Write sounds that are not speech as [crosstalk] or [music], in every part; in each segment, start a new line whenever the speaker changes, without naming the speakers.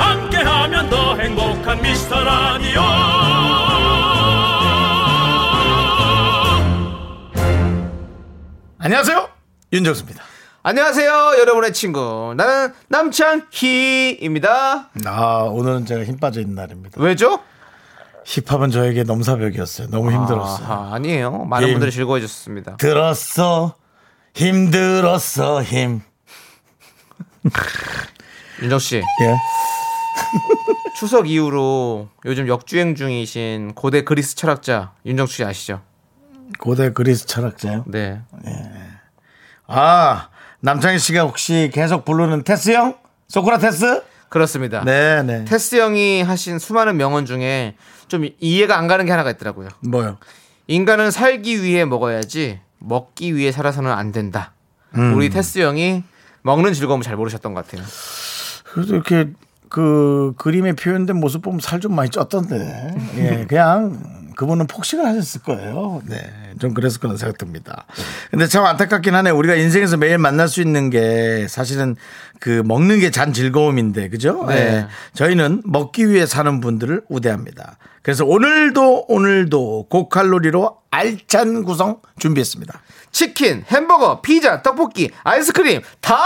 함께하면 더 행복한 미스터 라디오
안녕하세요. 윤정수입니다.
안녕하세요, 여러분의 친구. 나는 남창희입니다.
아, 오늘은 제가 힘 빠져 있는 날입니다.
왜죠?
힙합은 저에게 넘사벽이었어요. 너무 힘들었어요.
아하, 아니에요. 많은
예.
분들이 즐거워해 주셨습니다.
들었어. 힘들었어. 힘.
윤정 씨,
예.
추석 이후로 요즘 역주행 중이신 고대 그리스 철학자 윤정수 씨 아시죠?
고대 그리스 철학자요.
네.
아, 남창희 씨가 혹시 계속 부르는 테스 형? 소크라테스?
그렇습니다.
네, 네.
테스 형이 하신 수많은 명언 중에 좀 이해가 안 가는 게 하나가 있더라고요.
뭐요?
인간은 살기 위해 먹어야지 먹기 위해 살아서는 안 된다.
음.
우리 테스 형이 먹는 즐거움을 잘 모르셨던 것 같아요.
그래도 이렇게 그 그림에 표현된 모습 보면 살 좀 많이 쪘던데. 예, 그냥 그분은 폭식을 하셨을 거예요. 네. 좀 그랬을 거라는 생각 듭니다. 근데 참 안타깝긴 하네. 우리가 인생에서 매일 만날 수 있는 게 사실은 그 먹는 게 잔 즐거움인데, 그죠?
네.
예. 저희는 먹기 위해 사는 분들을 우대합니다. 그래서 오늘도 오늘도 고칼로리로 알찬 구성 준비했습니다.
치킨, 햄버거, 피자, 떡볶이, 아이스크림 다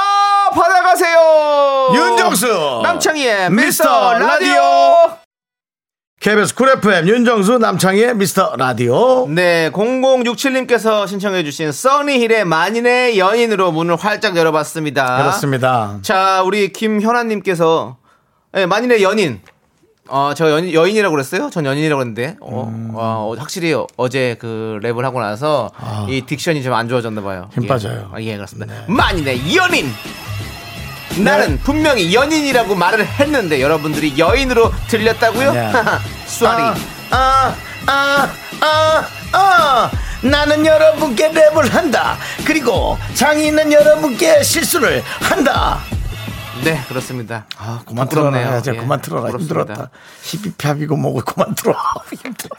받아가세요.
윤정수!
남창희의
어, 미스터
미스터
라디오!
라디오.
KBS 쿨 FM 윤정수 남창희의 미스터 라디오.
네, 0067님께서 신청해주신 써니힐의 만인의 연인으로 문을 활짝
아,
열어봤습니다.
그렇습니다.
자, 우리 김현아님께서 예, 만인의 연인. 어, 저 연인, 여인이라고 그랬어요? 전 연인이라고 그랬는데. 어,
음.
와, 어, 확실히 어제 그 랩을 하고 나서 이 딕션이 좀 안 좋아졌나 봐요.
아. 힘
예.
빠져요.
아, 예, 그렇습니다.
네.
만인의 연인! 나는 분명히 연인이라고 말을 했는데 여러분들이 여인으로 들렸다고요? [laughs]
네.
쏘리.
아, 아, 아, 아. 나는 여러분께 랩을 한다. 그리고 장인은 여러분께 실수를 한다.
네, 그렇습니다.
아, 그만
부끄럽네요.
틀어라. 이제
예,
그만 틀어라.
부끄럽습니다.
힘들었다. 히비팝이고 뭐고 그만 틀어. [laughs] 힘들어.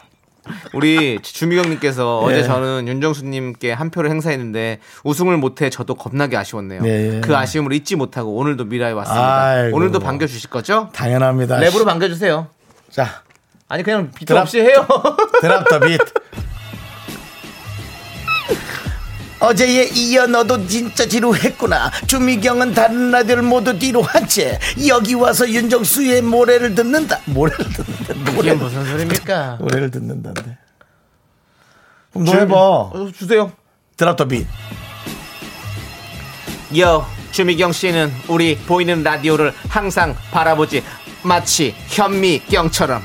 우리 주미경님께서
예.
어제 저는 윤정수님께 한 표를 행사했는데 우승을 못해 저도 겁나게 아쉬웠네요.
예, 예.
그 아쉬움을 잊지 못하고 오늘도 미라에 왔습니다.
아이고.
오늘도 반겨주실 거죠?
당연합니다.
랩으로 반겨주세요.
자,
아니 그냥 비트
드랍.
없이 해요.
드랍 더 비트. 어제에 이어 너도 진짜 지루했구나. 주미경은 다른 라디오를 모두 뒤로 한 채 여기 와서 윤정수의 모래를 듣는다. 모래를 듣는다.
[laughs] 이게
모래를
무슨 소리입니까?
노래를 듣는다는데. 그럼 너 해봐.
어, 주세요.
드랍 더 빗.
여 주미경 씨는 우리 보이는 라디오를 항상 바라보지 마치 현미경처럼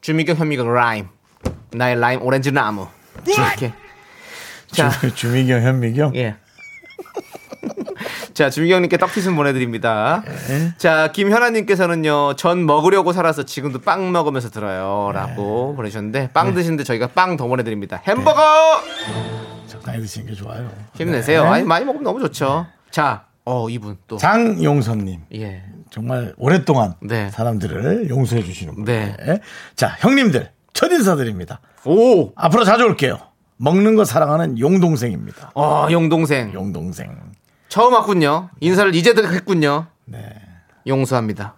주미경 현미경 라임 나의 라임 오렌지 나무 이렇게 자
[laughs] 주미경, 현미경.
예. [laughs] 자, 주미경님께 떡티순 보내드립니다. 자, 김현아님께서는요, 전 먹으려고 살아서 지금도 빵 먹으면서 들어요. 라고 보내셨는데, 빵 드시는데 저희가 빵 더 보내드립니다. 햄버거!
적당히 드시는 게 좋아요.
힘내세요. 아니, 많이 먹으면 너무 좋죠. 자, 어, 이분 또.
장용선님.
예.
정말 오랫동안
네.
사람들을 용서해 주시는 분.
네.
네. 자, 형님들. 첫 인사드립니다.
오!
앞으로 자주 올게요. 먹는 거 사랑하는 용동생입니다.
어, 용동생.
용동생.
처음 왔군요. 인사를 이제 했군요.
네.
용서합니다.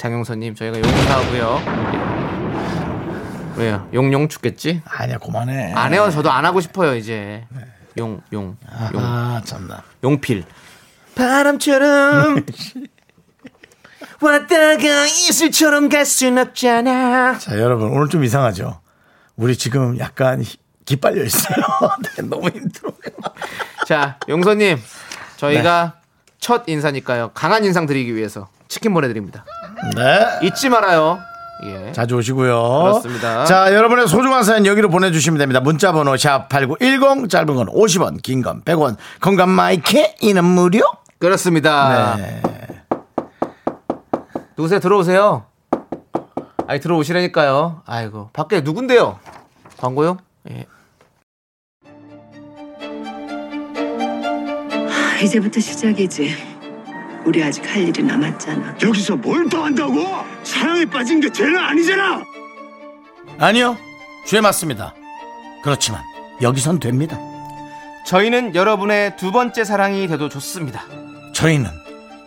장용선님, 저희가 용서하고요. 왜요? 용용 죽겠지?
아니야, 그만해.
안 해요. 저도 안 하고 싶어요 이제. 용, 용, 용,
아, 참나.
용필. [laughs] 바람처럼 왔다가 이슬처럼 갈 순 없잖아.
자, 여러분 오늘 좀 이상하죠? 우리 지금 약간 히- 기빨려 있어요. [laughs] 네, 너무 힘들어요.
자, 용서님, 저희가 첫 인사니까요. 강한 인상 드리기 위해서 치킨 보내드립니다.
네.
잊지 말아요. 예.
자주 오시고요.
그렇습니다.
자, 여러분의 소중한 사연 여기로 보내주시면 됩니다. 문자번호 샵8910 짧은 건 50원, 긴 건 100원. 건강 마이케 이는 무료?
그렇습니다.
네.
누구세요? 들어오세요. 아니 들어오시라니까요. 아이고 밖에 누군데요? 광고요? 예.
이제부터 시작이지. 우리 아직 할 일이 남았잖아.
여기서 뭘 더 한다고? 사랑에 빠진 게 죄는 아니잖아.
아니요. 죄 맞습니다. 그렇지만 여기선 됩니다.
저희는 여러분의 두 번째 사랑이 돼도 좋습니다.
저희는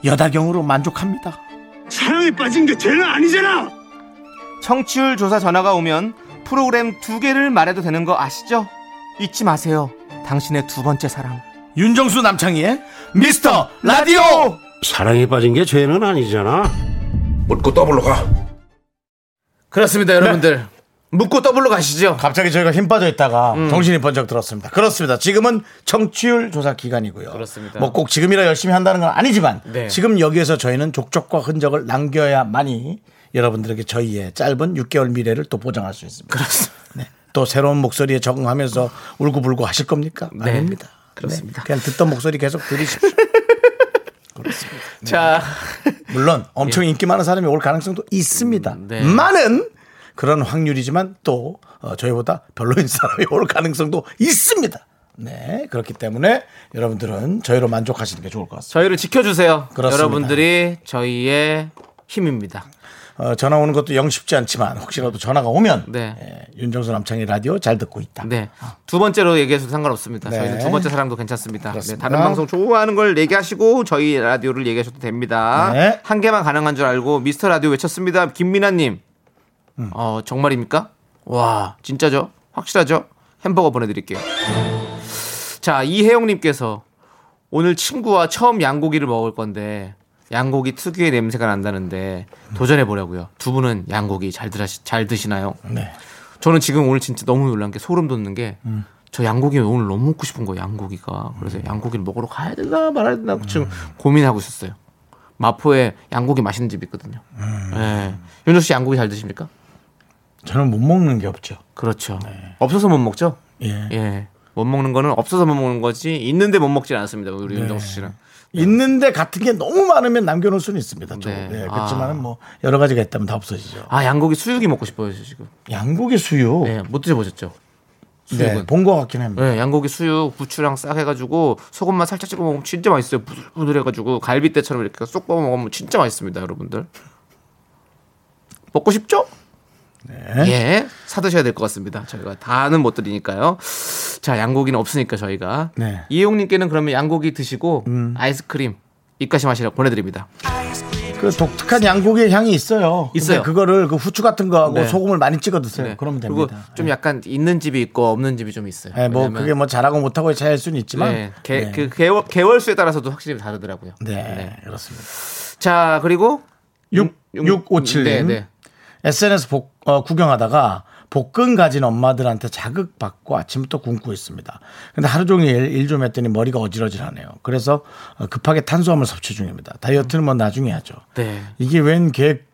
여다경으로 만족합니다.
사랑에 빠진 게 죄는 아니잖아.
청취율 조사 전화가 오면 프로그램 두 개를 말해도 되는 거 아시죠? 잊지 마세요. 당신의 두 번째 사랑.
윤정수 남창희의 미스터 라디오!
사랑에 빠진 게 죄는 아니잖아.
그렇습니다, 여러분들. 네. 묻고 더블로 가시죠.
갑자기 저희가 힘 빠져 있다가 정신이 번쩍 들었습니다. 그렇습니다. 지금은 청취율 조사 기간이고요.
그렇습니다.
뭐 꼭 지금이라 열심히 한다는 건 아니지만
네.
지금 여기에서 저희는 족적과 흔적을 남겨야만이 여러분들에게 저희의 짧은 6개월 미래를 또 보장할 수 있습니다. 그렇습니다. 또 새로운 목소리에 적응하면서 울고불고 하실 겁니까?
네.
아닙니다.
그렇습니다.
네. 그냥 듣던 목소리 계속 들으십시오.
자,
물론 엄청 인기 많은 사람이 올 가능성도 있습니다.
예. 네.
많은 그런 확률이지만 또 어, 저희보다 별로인 [laughs] 사람이 올 가능성도 있습니다. 네 그렇기 때문에 여러분들은 저희로 만족하시는 게 좋을 것 같습니다.
저희를 지켜주세요.
그렇습니다.
여러분들이 저희의 힘입니다.
어, 전화 오는 것도 영 쉽지 않지만 혹시라도 전화가 오면
네.
예, 윤정수 남창희 라디오 잘 듣고 있다.
네. 두 번째로 얘기해도 상관없습니다.
네.
저희는 두 번째 사랑도 괜찮습니다. 네,
그렇습니다.
다른 방송 좋아하는 걸 얘기하시고 저희 라디오를 얘기하셔도 됩니다.
네.
한 개만 가능한 줄 알고 미스터 라디오 외쳤습니다. 김민아님.
음.
어, 정말입니까? 와, 진짜죠? 확실하죠? 햄버거 보내드릴게요. 자, 이혜영님께서 오늘 친구와 처음 양고기를 먹을 건데 양고기 특유의 냄새가 난다는데 도전해 보려고요. 두 분은 양고기 잘, 드시, 잘 드시나요?
네.
저는 지금 오늘 진짜 너무 놀란 게 소름 돋는 게. 저 양고기 오늘 너무 먹고 싶은 거예요, 양고기가. 그래서 양고기를 먹으러 가야 되나 말아야 되나 그 지금 고민하고 있었어요. 마포에 양고기 맛있는 집이 있거든요. 예. 윤정 씨 양고기 잘 드십니까?
저는 못 먹는 게 없죠.
그렇죠. 없어서 못 먹죠?
예.
예. 못 먹는 거는 없어서 못 먹는 거지 있는데 못 먹진 않습니다. 우리 윤정수 씨는.
있는데 같은 게 너무 많으면 남겨놓을 수는 있습니다. 좀.
네.
네. 그렇지만 뭐 여러 가지가 있다면 다 없어지죠.
아, 양고기 수육이 먹고 싶어요, 저 지금.
양고기 수육.
예, 못 드셔 보셨죠? 수육은.
네. 본 것 같긴 합니다.
네, 양고기 수육 부추랑 싹 해가지고 소금만 살짝 찍어 먹으면 진짜 맛있어요. 부들부들해가지고 갈비뼈처럼 이렇게 쏙 뽑아 먹으면 진짜 맛있습니다, 여러분들. 먹고 싶죠? 네. 예, 사 드셔야 될 것 같습니다. 저희가 다는 못 드리니까요. 자, 양고기는 없으니까 저희가
네. 음.
이용님께는 그러면 양고기 드시고 아이스크림 입가심 하시라 보내드립니다.
그 독특한 양고기의 향이 있어요. 근데
있어요.
그거를 그 후추 같은 거하고
네.
소금을 많이 찍어 드세요. 그러면
그리고
됩니다.
좀 약간 있는 집이 있고 없는 집이 좀 있어요.
네, 뭐
왜냐면
그게 뭐 잘하고 못하고의 차이일 수는 있지만
네,
네.
개, 그 개월, 개월 수에 따라서도 확실히 다르더라고요.
네, 그렇습니다.
자 그리고
육- 육오칠님.
네, 네.
SNS 복, 어, 구경하다가 복근 가진 엄마들한테 자극받고 아침부터 굶고 있습니다. 근데 하루 종일 일 좀 했더니 머리가 어질어질하네요. 그래서 어, 급하게 탄수화물 섭취 중입니다. 다이어트는 뭐 나중에 하죠.
네.
이게 웬 계획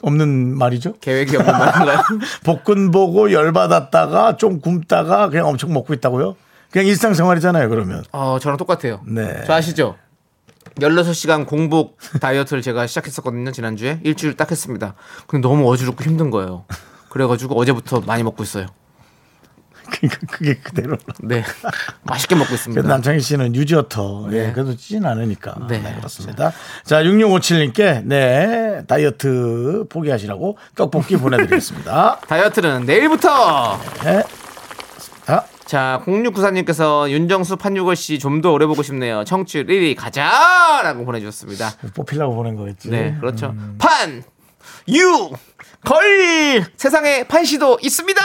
없는 말이죠?
계획이 없는 말인가요?
복근 보고 열받았다가 좀 굶다가 그냥 엄청 먹고 있다고요? 그냥 일상생활이잖아요, 그러면.
[laughs]
[laughs]
어 저랑 똑같아요.
네.
저 아시죠? 16시간 공복 다이어트를 제가 시작했었거든요, 지난주에. 일주일 딱 했습니다. 근데 너무 어지럽고 힘든 거예요. 그래가지고 어제부터 많이 먹고 있어요.
그러니까 그게 그대로.
네. [laughs] 맛있게 먹고
그래도
있습니다.
남창희 씨는 유지어터. 예, 그래도 찌진 않으니까.
네.
네, 그렇습니다. 자, 6657님께, 네, 다이어트 포기하시라고 떡볶이
[laughs]
보내드리겠습니다.
다이어트는 내일부터!
네. 아,
자, 0694님께서 윤정수 판유걸 씨 좀 더 오래 보고 싶네요. 청취율 1위 가자! 라고 보내주셨습니다.
뽑히려고 보낸 거겠지.
네, 그렇죠. 판! 유! 걸! 세상에 판시도 있습니다!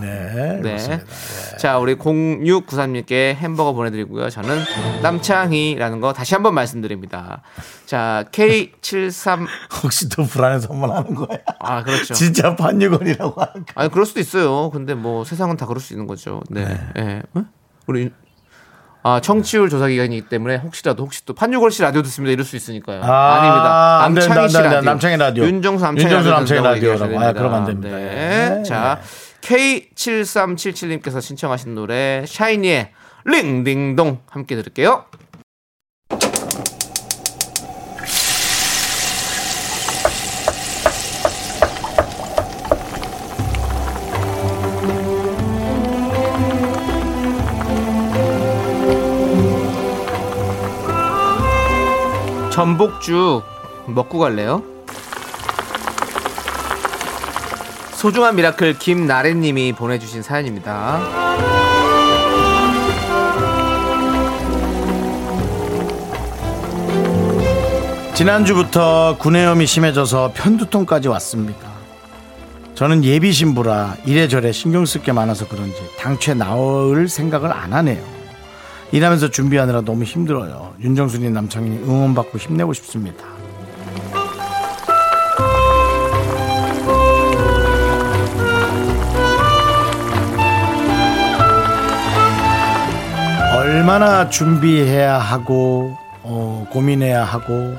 네,
네.
그렇습니다.
자, 우리 0693님께 햄버거 보내드리고요. 저는 남창희라는 거 다시 한번 말씀드립니다. 자, K73.
혹시 또 불안해서 한번 하는 거야?
아, 그렇죠.
진짜 반유건이라고 하는 거.
아니, 그럴 수도 있어요. 근데 뭐 세상은 다 그럴 수 있는 거죠. 네. 예. 어? 우리, 윤- 아, 청취율 조사 기간이기 때문에 혹시라도, 혹시 또 판유걸 씨 라디오 듣습니다. 이럴 수
아,
있으니까요. 아, 닙니다
안
남창희 씨
된다, 안 된다.
라디오.
남창희 라디오.
윤정수 남창희
윤정수 남창희
라디오.
라디오라고.
된다고
아,
얘기하셔야
그러면 안 됩니다.
네.
네.
자, K7377님께서 신청하신 노래 샤이니의 링딩동 함께 들을게요. 전복죽 먹고 갈래요? 소중한 미라클 김나래님이 보내주신 사연입니다.
지난주부터 구내염이 심해져서 편두통까지 왔습니다. 저는 예비 신부라 이래저래 신경 쓸 게 많아서 그런지 당최 나올 생각을 안 하네요. 일하면서 준비하느라 너무 힘들어요. 윤정수님 남창님 응원받고 힘내고 싶습니다. 얼마나 준비해야 하고 어, 고민해야 하고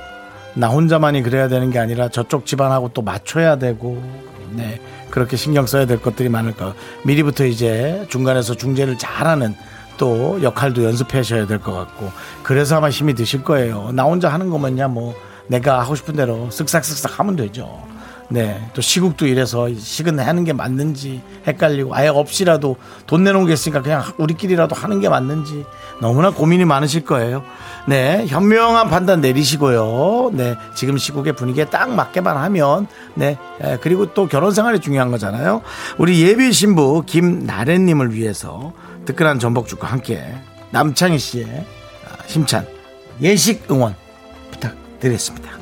나 혼자만이 그래야 되는 게 아니라 저쪽 집안하고 또 맞춰야 되고 네 그렇게 신경 써야 될 것들이 많을 거 미리부터 이제 중간에서 중재를 잘하는 또 역할도 연습하셔야 될 것 같고 그래서 아마 힘이 드실 거예요 나 혼자 하는 거면야 뭐 내가 하고 싶은 대로 쓱싹쓱싹 하면 되죠 네. 또 시국도 이래서 시근하는 게 맞는지 헷갈리고 아예 없이라도 돈 내놓은 게 있으니까 그냥 우리끼리라도 하는 게 맞는지 너무나 고민이 많으실 거예요. 네. 현명한 판단 내리시고요. 네. 지금 시국의 분위기에 딱 맞게만 하면 네. 에, 그리고 또 결혼 생활이 중요한 거잖아요. 우리 예비 신부 김나래님을 위해서 뜨끈한 전복죽과 함께 남창희 씨의 아, 힘찬 예식 응원 부탁드리겠습니다.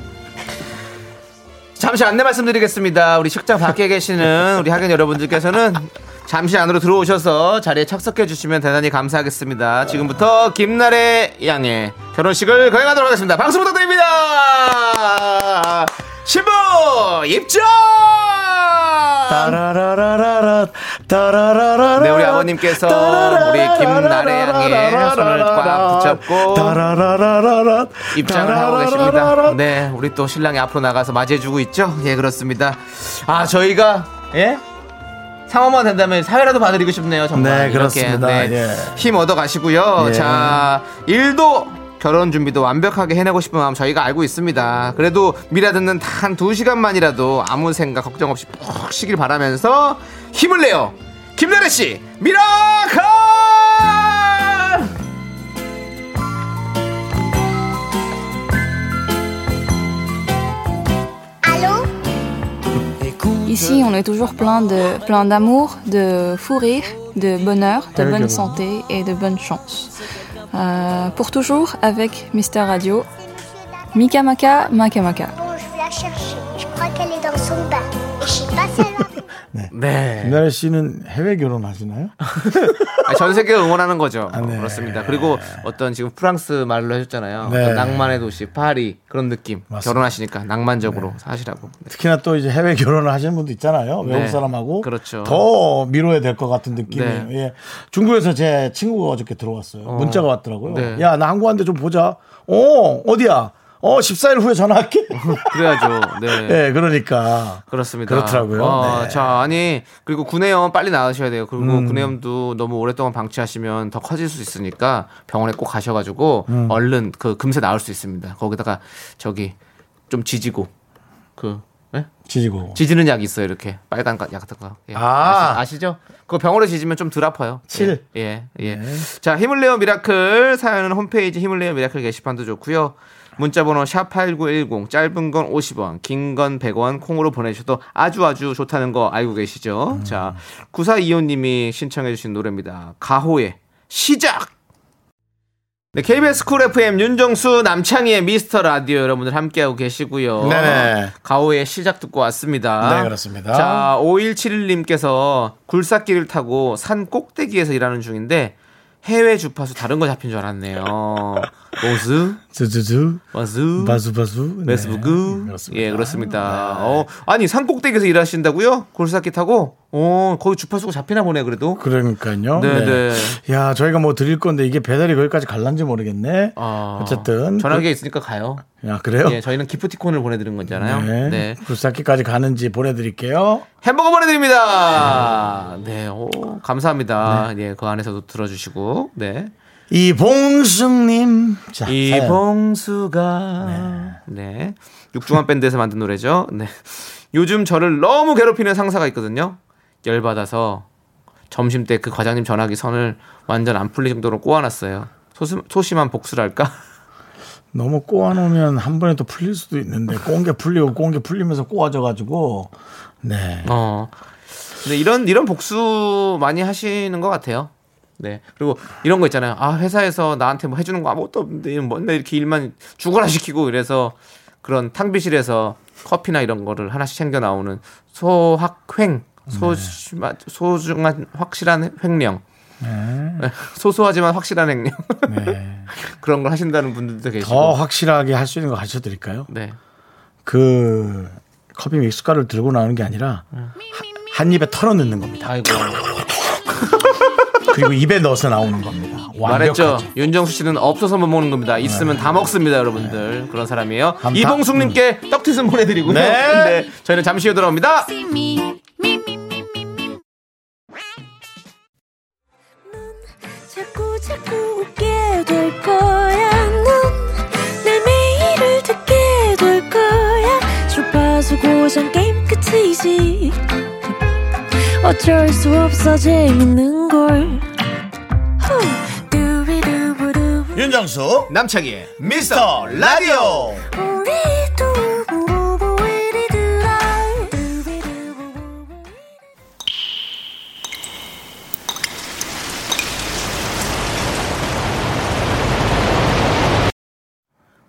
잠시 안내 말씀드리겠습니다. 우리 식장 밖에 계시는 우리 학연 여러분들께서는 잠시 안으로 들어오셔서 자리에 착석해 주시면 대단히 감사하겠습니다. 지금부터 김나래 양의 결혼식을 거행하도록 하겠습니다. 박수 부탁드립니다. 신부 입장!
따라라라라라 따라라라라
네, 우리 아버님께서 우리 김나래 양의 손을 꽉 붙잡고
따라라라라
입장을 하고 계십니다.
따라라라라.
네, 우리 또 신랑이 앞으로 나가서 맞이해주고 있죠. 예, 그렇습니다. 아, 저희가 예 상황만 된다면 사회라도 봐드리고 싶네요. 정말
네,
이렇게.
그렇습니다. 예.
힘 얻어 가시고요.
예.
자, 일도 결혼 준비도 완벽하게 해내고 싶은 마음 저희가 알고 있습니다. 그래도 미라 듣는 단 두 시간만이라도 아무 생각 걱정 없이 푹 쉬길 바라면서 힘을 내요. 김나래 씨, 미라카!
Ici, on est toujours plein de plein d'amour, de fou rire, de bonheur, de bonne santé et de bonne chance. Euh, pour toujours avec Mister Radio. Mika Maka, Maka Maka.
je vais la chercher. Je crois qu'elle est dans son bain. Et je sais pas si elle va-
네.
김나래 씨는 해외 결혼하시나요?
아니, 전 세계 응원하는 거죠.
네.
그렇습니다. 그리고 어떤 지금 프랑스 말로 해줬잖아요.
네.
어떤 낭만의 도시 파리 그런 느낌.
맞습니다.
결혼하시니까 낭만적으로 사시라고. 네.
특히나 또 이제 해외 결혼을 하시는 분도 있잖아요.
네.
외국 사람하고
그렇죠.
더 미뤄야 될 것 같은 느낌이에요.
네.
예. 중국에서 제 친구가 어저께 들어왔어요. 문자가 왔더라고요.
네.
야, 나 한국 왔는데 좀 보자. 어, 어디야? 어, 14일 후에 전화할게.
그래야죠.
[laughs]
네.
예, 그러니까.
그렇습니다.
그렇더라고요.
어,
네. 음.
자, 아니 그리고 구내염 빨리 나으셔야 돼요. 그리고 구내염도 너무 오랫동안 방치하시면 더 커질 수 있으니까 병원에 꼭 가셔가지고
음.
얼른 그 금세 나올 수 있습니다. 거기다가 저기 좀 지지고 그 네?
지지고.
지지는 약이 있어요 이렇게 빨간 가- 약 같은 거 예.
뭐. 아.
아시, 죠 그거 병으로 지지면 좀 덜 아파요
칠. 네.
예예 자 힘을 내요 미라클 사연은 홈페이지 힘을 내요 미라클 게시판도 좋고요 문자번호 샵8910 짧은 건 50원 긴 건 100원 콩으로 보내주셔도 아주 아주 좋다는 거 알고 계시죠
음.
자 9425님이 신청해 주신 노래입니다 가호의 시작 네, KBS 쿨 FM 윤정수 남창희의 미스터 라디오 여러분들 함께하고 계시고요.
네네.
가오의 시작 듣고 왔습니다.
네, 그렇습니다.
자, 5171님께서 굴삭길을 타고 산 꼭대기에서 일하는 중인데 해외 주파수 다른 거 잡힌 줄
[laughs]
알았네요. 오즈,
쯔쯔쯔.
와즈,
음. 바수바수. 네.
메스부구.
그렇습니다. 네.
예, 그렇습니다. 어, 아니, 산 꼭대기에서 일하신다고요? 굴삭길 타고? 어, 거기 주파수가 잡히나 보네, 그래도.
그러니까요.
네,
야, 저희가 뭐 드릴 건데 이게 배달이 거기까지 갈란지 모르겠네.
아,
어쨌든.
전화기가 있으니까 가요.
그- 야, 그래요? [laughs]
예, 저희는 기프티콘을 보내드린 거잖아요.
네.
네.
굴삭기까지 가는지 보내드릴게요.
햄버거 보내드립니다. 네, 오, 감사합니다. 예, 그 안에서도 들어주시고, 네.
이봉숙님. 자, 사연.
이봉수가 네. 육중한 밴드에서 만든 노래죠. 네. 요즘 저를 너무 괴롭히는 상사가 있거든요. 열 받아서 점심 때 그 과장님 전화기 선을 완전 안 풀릴 정도로 꼬아놨어요. 소심, 소심한 복수랄까?
너무 꼬아놓으면 한 번에 또 풀릴 수도 있는데 꼬은 게 풀리고 꼬은 게 풀리면서 꼬아져가지고 네
어. 근데 이런 이런 복수 많이 하시는 것 같아요. 네. 그리고 이런 거 있잖아요. 아 회사에서 나한테 뭐 해주는 거 아무것도 없는데 뭔데 이렇게 일만 죽어라 시키고 이래서 그런 탕비실에서 커피나 이런 거를 하나씩 챙겨 나오는 소확횡 소심한 소중한 확실한 횡령. 네, [laughs] 소소하지만 확실한 횡령 [laughs] 그런 걸 하신다는 분들도 계시고
더 확실하게 할 수 있는 거 가르쳐 드릴까요?
네.
그 커피 믹스가루를 들고 나오는 게 아니라
음.
하- 한 입에 털어 넣는 겁니다.
아이고
그리고 입에 넣어서 나오는 겁니다.
말했죠.
완벽하죠. 아, 네.
윤정수 씨는 없어서 못 먹는 겁니다. 있으면 다 먹습니다, 여러분들. 그런 사람이에요.
감사- 음.
이봉숙님께 떡튀순 보내드리고요.
네.
저희는 잠시 후에 돌아옵니다.
자꾸 자꾸 웃게 될 거야. 넌내 매일을 듣게 될 거야. 주파수 고정 게임 끝이지. 어쩔 수 없어 재밌는 걸. 후. 두비두부두.
윤정수
남창희의 미스터 라디오.
우리 두부부부 우리 두라. 두비두부부부.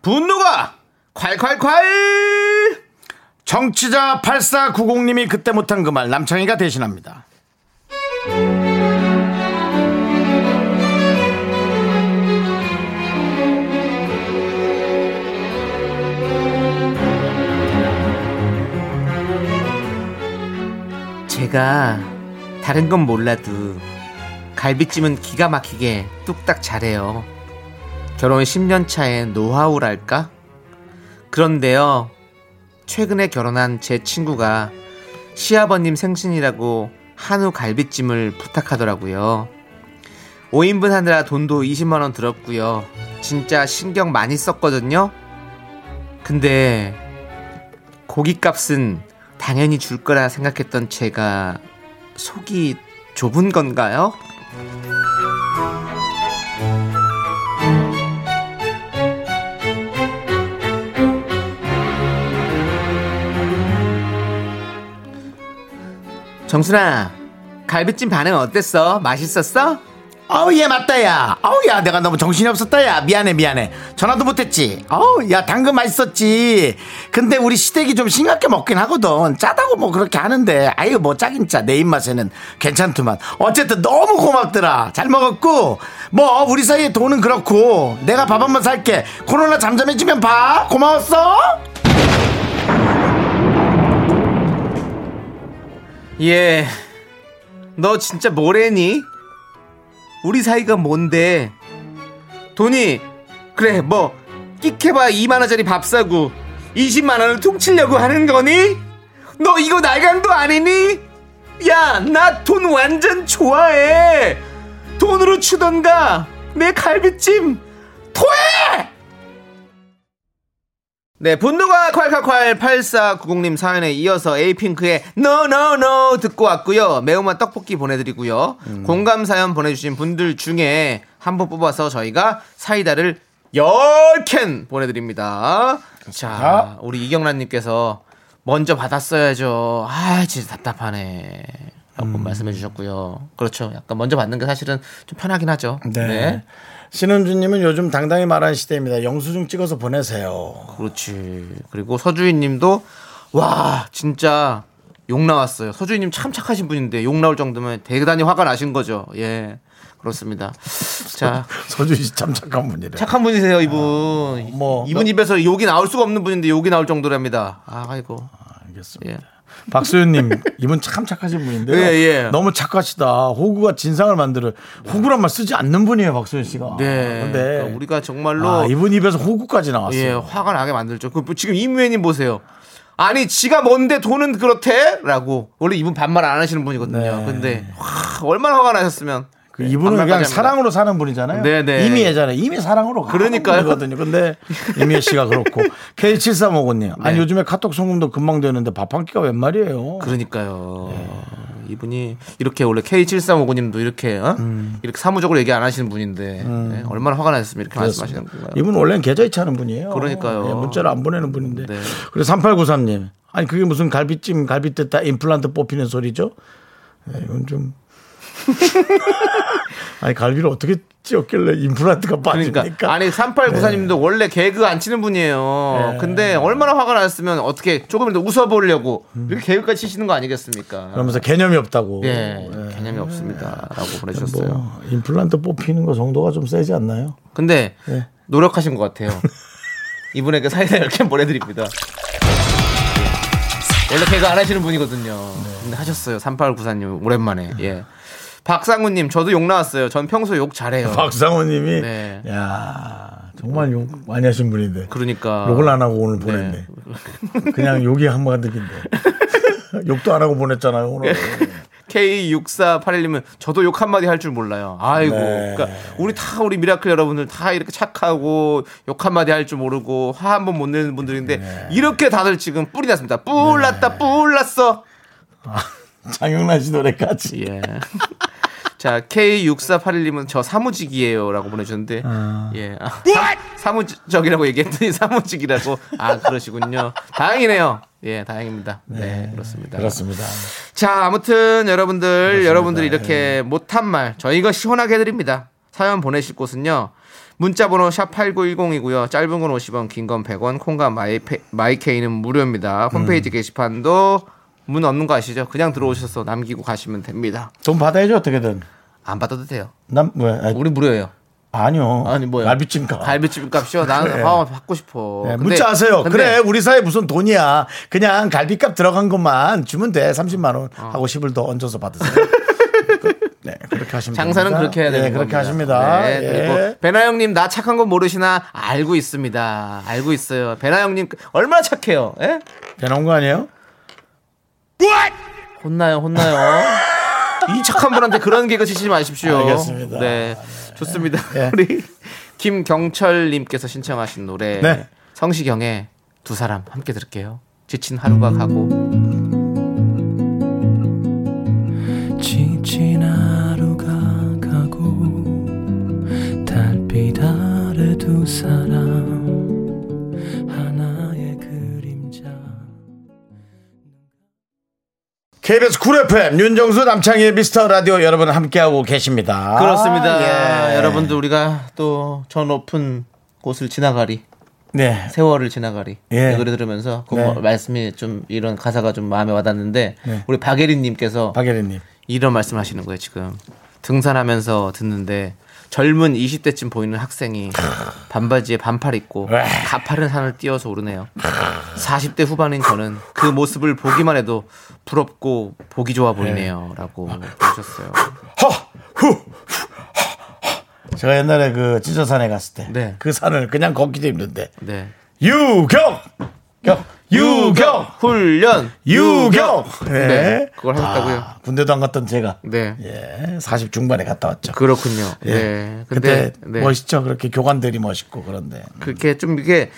분노가 콸콸콸!
정치자 8490님이 그때 못한 그 말 남창희가 대신합니다.
제가 다른 건 몰라도 갈비찜은 기가 막히게 뚝딱 잘해요. 결혼 10년 차의 노하우랄까? 그런데요, 최근에 결혼한 제 친구가 시아버님 생신이라고 한우 갈비찜을 부탁하더라고요. 5인분 하느라 돈도 20만원 들었고요. 진짜 신경 많이 썼거든요. 근데 고깃값은 당연히 줄 거라 생각했던 제가 속이 좁은 건가요? 정순아, 갈비찜 반응 어땠어? 맛있었어?
아우 얘 맞다 야 아우 야 내가 너무 정신이 없었다 야 미안해 미안해 전화도 못했지 아우 야 당근 맛있었지 근데 우리 시댁이 좀 싱겁게 먹긴 하거든 짜다고 뭐 그렇게 하는데 아유 뭐 짜긴 짜 내 입맛에는 괜찮더만 어쨌든 너무 고맙더라 잘 먹었고 뭐 우리 사이에 돈은 그렇고 내가 밥 한 번 살게 코로나 잠잠해지면 봐 고마웠어
예. 너 진짜 뭐래니? 우리 사이가 뭔데? 돈이 그래 뭐 끼케바 2만 원짜리 밥 사고 20만 원을 퉁치려고 하는 거니? 너 이거 날간도 아니니? 야, 나 돈 완전 좋아해. 돈으로 주던가 내 갈비찜 토해! 네, 분노가 콸콸콸 8490님 사연에 이어서 에이핑크의 No No No 듣고 왔고요. 매운맛 떡볶이 보내드리고요. 공감 사연 보내주신 분들 중에 한 분 뽑아서 저희가 사이다를 10캔 보내드립니다. 자, 우리 이경란님께서 먼저 받았어야죠. 아, 진짜 답답하네. 라고 말씀해 주셨고요. 그렇죠. 약간 먼저 받는 게 사실은 좀 편하긴 하죠.
네. 신은주님은 요즘 당당히 말하는 시대입니다 영수증 찍어서 보내세요
그렇지. 그리고 서주희 님도 와, 진짜 욕 나왔어요. 서주희 님 참 착하신 분인데 욕 나올 정도면 대단히 화가 나신 거죠. 예. 그렇습니다. 자,
서준이 참 착한 분이래
착한 분이세요, 이분.
뭐,
이분
너-
입에서 욕이 나올 수가 없는 분인데 욕이 나올 정도랍니다. 아, 아이고.
알겠습니다
예.
박소연님 이분 참 착하신 분인데요.
예, 예.
너무 착하시다. 호구가 진상을 만들어 호구란 말 쓰지 않는 분이에요 박소연 씨가.
네.
아, 근데
그러니까 우리가 정말로
아, 이분 입에서 호구까지 나왔어요.
예, 화가 나게 만들죠. 그 지금 임유애님 보세요. 아니, 지가 뭔데 돈은 그렇대? 라고. 원래 이분 반말 안 하시는 분이거든요.
네.
근데, 와, 얼마나 화가 나셨으면.
그 이분은
네, 반말까지
그냥
합니다.
사랑으로 사는 분이잖아요.
네, 네.
이미 예전에 이미 사랑으로 가는
그러니까요.
분이거든요.
[laughs]
근데 이미애 씨가 그렇고 K7355님 아니
네.
요즘에 카톡 송금도 금방 되는데 밥 한 끼가 웬 말이에요.
그러니까요. 이분이 이렇게 원래 K7359님도 이렇게 어?
음.
이렇게 사무적으로 얘기 안 하시는 분인데 네, 얼마나 화가 나셨으면 이렇게 말씀하시는 건가요?
이분 원래는 계좌이체 하는 분이에요.
그러니까요.
예, 문자를 안 보내는 분인데.
네.
그래서 3893님. 아니 그게 무슨 갈비찜 갈비뼈 다 임플란트 뽑히는 소리죠? 예, 이건
[laughs]
좀. 아니 갈비를 어떻게 찧었길래 임플란트가 빠집니까? 네.
그러니까 아니 3894님도 원래 개그 안 치는 분이에요. 근데 얼마나 화가 났으면 어떻게 조금이라도 웃어보려고 이렇게 개그까지 치시는 거 아니겠습니까?
음. 그러면서 개념이 없다고.
예, 개념이 없습니다라고 보내주셨어요.
뭐 임플란트 뽑히는 거 정도가 좀 세지 않나요?
근데 노력하신 것 같아요. 예. [laughs] 이분에게 사이다 10개 보내드립니다. 원래 개그 안 하시는 분이거든요. 근데 하셨어요. 3894님 오랜만에. 예. 박상우님 저도 욕 나왔어요. 전 평소 욕 잘해요.
박상호님이
네.
야 정말 욕 많이 하신 분인데
그러니까
욕을 안 하고 오늘 보냈네. [laughs] 그냥 욕이 한마디인데 [laughs] 욕도 안 하고 보냈잖아요
예.
오늘.
K6481님은 저도 욕 한마디 할 줄 몰라요. 아이고.
네.
그러니까 우리 다 우리 미라클 여러분들 다 이렇게 착하고 욕 한마디 할 줄 모르고 화 한 번 못 내는 분들인데 이렇게 다들 지금 뿔이 났습니다. 뿔 났다, 뿔 났어.
장영란 씨 노래까지.
예. [laughs] 자, K6481님은 저 사무직이에요. 라고 보내주셨는데, 예. 아, 사, 무직이라고 얘기했더니 사무직이라고. 아, 그러시군요. 다행이네요. 예, 다행입니다. 네, 그렇습니다.
그렇습니다.
자, 아무튼 여러분들, 여러분들이 이렇게
예.
못한 말, 저희가 시원하게 해드립니다. 사연 보내실 곳은요. 문자번호 샵8910이고요. 짧은 건 50원, 긴 건 100원, 콩과 마이페, 마이케이는 무료입니다. 홈페이지
음.
게시판도 문 없는 거 아시죠? 그냥 들어오셔서 남기고 가시면 됩니다.
돈 받아야죠 어떻게든.
안 받아도 돼요.
난 왜? 아니,
우리 무료예요.
아니요.
아니 뭐야?
갈비찜 가.
갈비찜 값이요. 나는
그래.
아, 받고 싶어.
네,
근데-
예. 문자 하세요.
근데
그래 우리 사회 무슨 돈이야. 그냥 갈비값 들어간 것만 주면 돼. 30만 원 하고 10을 더 얹어서 받으세요.
[laughs]
네 그렇게 하시면
장사는
됩니다.
그렇게 해야 되는
네, 그렇게
겁니다.
하십니다.
네,
예.
그리고 배나영님 나 착한 건 모르시나 알고 있습니다. 알고 있어요. 배나영님 얼마나 착해요. 예?
되는 거 아니에요?
혼나요, 혼나요. [laughs] 이 착한 분한테 그런 개그 치시지 마십시오.
알겠습니다.
네, 좋습니다.
네.
우리 김경철님께서 신청하신 노래
네.
성시경의 두 사람 함께 들을게요. 지친 하루가 가고
지친 하루가 가고 달빛 아래 두 사람 하나의 그림자
KBS 쿨 FM 윤정수 남창희의 미스터 라디오 여러분 함께하고 계십니다.
그렇습니다.
예.
여러분들 우리가 또 저 높은 곳을 지나가리
네.
세월을 지나가리
예.
이 노래 들으면서 그
네.
뭐 말씀이 좀 이런 가사가 좀 마음에 와닿는데
네.
우리 박예린님께서
박예린님.
이런 말씀하시는 거예요 지금 등산하면서 듣는데 젊은 20대쯤 보이는 학생이 반바지에 반팔 입고
와.
가파른 산을 뛰어서 오르네요. 40대 후반인 저는 그 모습을 보기만 해도 부럽고 보기 좋아 보이네요라고 보셨어요.
제가 옛날에 그 지저산에 갔을 때 그
네.
산을 그냥 걷기도 힘든데
네.
유격 격 유격
유격 훈련
유격 예.
네, 그걸 하셨다고요?
아, 군대도 안 갔던 제가
네
예, 40 중반에 갔다 왔죠.
그렇군요
예.
네
그때
근데 네.
멋있죠. 그렇게 교관들이 멋있고 그런데
그렇게 좀 이게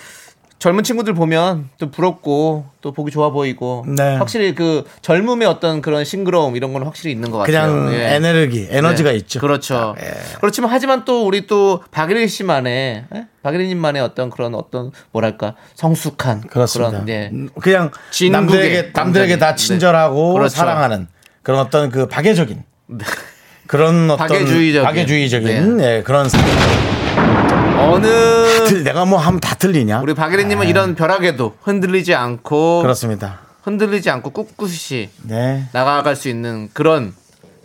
젊은 친구들 보면 또 부럽고 또 보기 좋아 보이고
네.
확실히 그 젊음의 어떤 그런 싱그러움 이런 건 확실히 있는 것 같아요
그냥
예.
에너지 에너지가
네.
있죠. 예.
그렇죠. 그렇지만 하지만 또 우리 또 박일희 씨만의 예? 박일희 님만의 어떤 그런 어떤 뭐랄까 성숙한
그렇습니다.
런 예.
음, 그냥
진국의
남들에게 남들에게
남자들.
다 친절하고
네. 그렇죠. 네.
사랑하는 그런 어떤 그 박애적인 그런 어떤
박애주의적인. 네.
박애주의적인, 예, 그런 사- [laughs]
어느
틀- 내가 뭐 하면 다 틀리냐?
우리 뭐 박일희 님은 이런 벼락에도 흔들리지 않고
네. 그렇습니다.
흔들리지 않고 꿋꿋이
네.
나아갈 수 있는 그런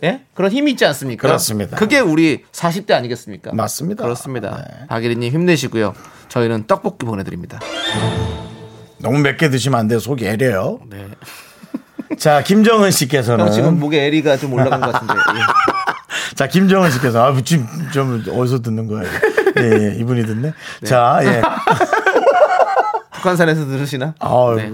예? 그런 힘이 있지 않습니까?
그렇습니다.
그게 우리 40대 아니겠습니까?
맞습니다.
그렇습니다.
네.
박예린 님 힘내시고요. 저희는 떡볶이 보내 드립니다.
너무 몇 개 드시면 안 돼요. 속이 애려요. [laughs] 자, 김정은 씨께서는
네. 형 네. 지금 뭐 목에 에리가 좀 올라간 것 [laughs] 같은데. 예.
자, 김정은 씨께서 아, 지금 좀 어디서 듣는 거예요? 예, 예, 이분이 듣네. 자,
[laughs]
예.
북한산에서 들으시나?
아,
네.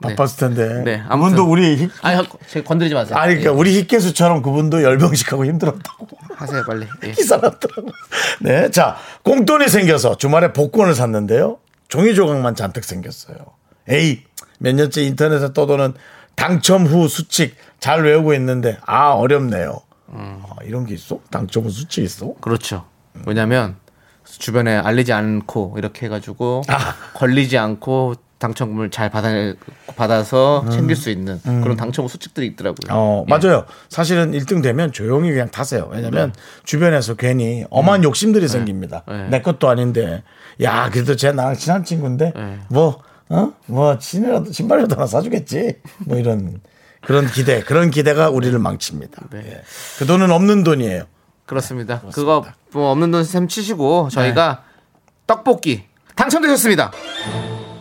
바빴을 텐데.
네, 아무튼.
그분도 우리 희-
아니, 제 건드리지 마세요.
아니 그러니까
예.
우리 희께수처럼 그분도 열병식하고 힘들었다고
하세요, 빨리. 예.
기사 났더라고. 네, 자 공돈이 생겨서 주말에 복권을 샀는데요. 종이 조각만 잔뜩 생겼어요. 에이 몇 년째 인터넷에 떠도는 당첨 후 수칙 잘 외우고 있는데 아 어렵네요. 아, 이런 게 있어? 당첨 후 수칙 있어?
그렇죠. 왜냐면 주변에 알리지 않고 이렇게 해가지고
아.
걸리지 않고 당첨금을 잘 받아, 받아서
음.
챙길 수 있는 그런 당첨 수칙들이 있더라고요.
어,
예.
맞아요. 사실은 1등 되면 조용히 그냥 타세요. 왜냐면 주변에서 괜히 엄한 욕심들이 생깁니다.
음. 네.
내 것도 아닌데. 야, 그래도 쟤 나랑 친한 친구인데
네.
뭐, 어? 뭐, 신이라도, 신발이라도 하나 사주겠지. 뭐 이런 그런 기대, 그런 기대가 우리를 망칩니다.
네.
예. 그 돈은 없는 돈이에요.
그렇습니다. 네. 그거 뭐 없는 돈셈 치시고 저희가 떡볶이 당첨되셨습니다.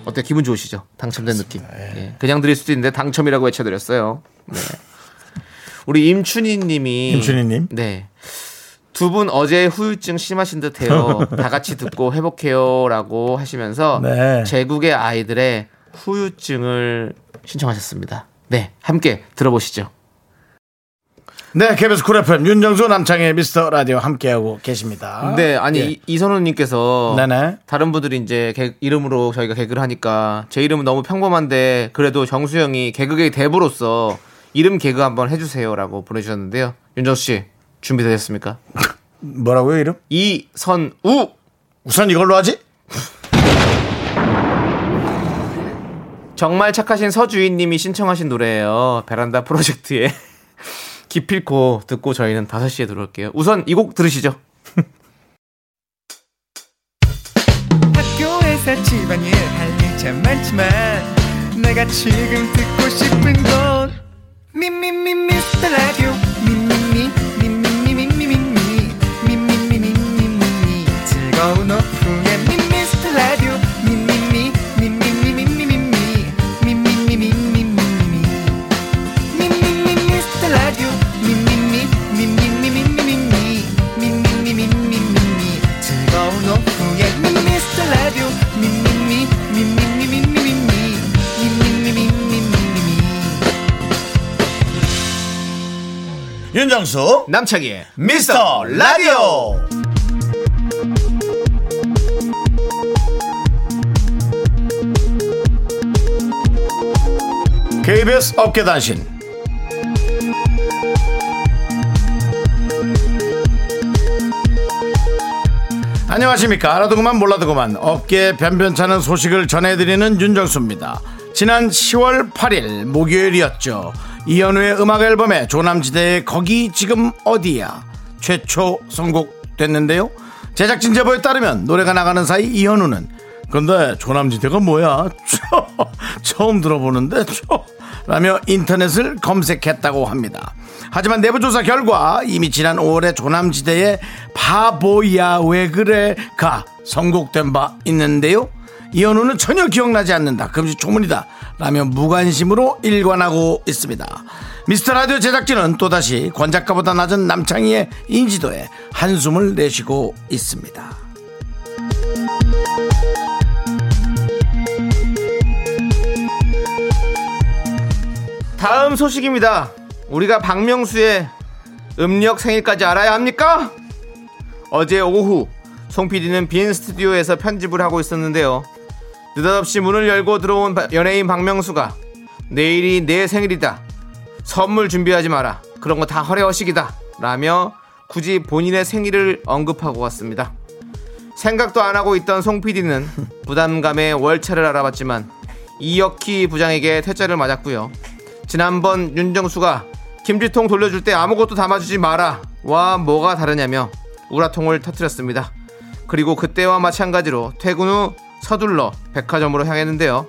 어때 기분 좋으시죠? 당첨된 느낌. 예. 그냥 드릴 수도 있는데 당첨이라고 외쳐드렸어요. [laughs] 네. 우리 임춘희님이
임춘희님?
네. 두 분 어제 후유증 심하신 듯해요. [laughs] 다 같이 듣고 회복해요라고 하시면서
네.
제국의 아이들의 후유증을 신청하셨습니다. 네, 함께 들어보시죠.
네, KBS 쿨 FM 윤정수 남창의 미스터 라디오 함께하고 계십니다.
네, 아니
예.
이- 이선우님께서
네네.
다른 분들이 이제 개- 이름으로 저희가 개그를 하니까 제 이름은 너무 평범한데 그래도 정수영이 개그의 대부로서 이름 개그 한번 해주세요라고 보내주셨는데요. 윤정수 씨 준비되셨습니까?
뭐라고요, 이름?
이선우
우선 이걸로 하지?
정말 착하신 서주인님이 신청하신 노래예요. 베란다 프로젝트에 [laughs] 기필코 듣고 저희는 5시에 들어올게요. 우선 이 곡 들으시죠.
학교에서 집안일 할 일 참 많지만 내가 지금 듣고 싶은 건 미미미 미스터 라디오 미미미 미미미 미미미 미미미 미미미 즐거운 오후에 미스터 라디오 미미미 미미미 미미미 미미미 미미미
윤정수
남창희의
미스터 라디오. KBS 업계 단신. 안녕하십니까. 알아두고만 몰라도고만 업계 변변찮은 소식을 전해드리는 윤정수입니다. 지난 10월 8일 목요일이었죠. 이현우의 음악 앨범에 조남지대의 거기 지금 어디야 최초 선곡됐는데요. 제작진 제보에 따르면 노래가 나가는 사이 이현우는 근데 조남지대가 뭐야? [laughs] 처음 들어보는데 [laughs] 라며 인터넷을 검색했다고 합니다. 하지만 내부조사 결과 이미 지난 5월에 조남지대의 바보야 왜 그래가 선곡된 바 있는데요. 이현우는 전혀 기억나지 않는다. 금시 초문이다. 라며 무관심으로 일관하고 있습니다. 미스터 라디오 제작진은 또다시 권작가보다 낮은 남창희의 인지도에 한숨을 내쉬고 있습니다.
다음 소식입니다. 우리가 박명수의 음력 생일까지 알아야 합니까? 어제 오후 송 PD는 빈 스튜디오에서 편집을 하고 있었는데요. 느닷없이 문을 열고 들어온 바- 연예인 박명수가 내일이 내 생일이다. 선물 준비하지 마라. 그런 거 다 허례허식이다. 라며 굳이 본인의 생일을 언급하고 왔습니다. 생각도 안 하고 있던 송 PD는 부담감에 월차를 알아봤지만 이혁희 부장에게 퇴짜를 맞았고요. 지난번 윤정수가 김지통 돌려줄 때 아무것도 담아주지 마라 와 뭐가 다르냐며 우라통을 터뜨렸습니다. 그리고 그때와 마찬가지로 퇴근 후 서둘러 백화점으로 향했는데요.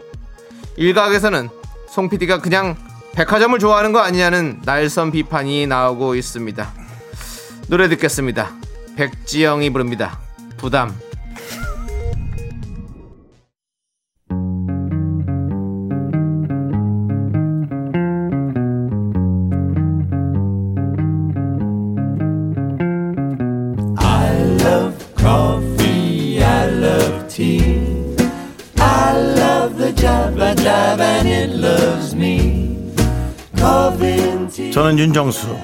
일각에서는 송 PD가 그냥 백화점을 좋아하는 거 아니냐는 날선 비판이 나오고 있습니다. 노래 듣겠습니다. 백지영이 부릅니다. 부담.
저는 윤정수. [laughs]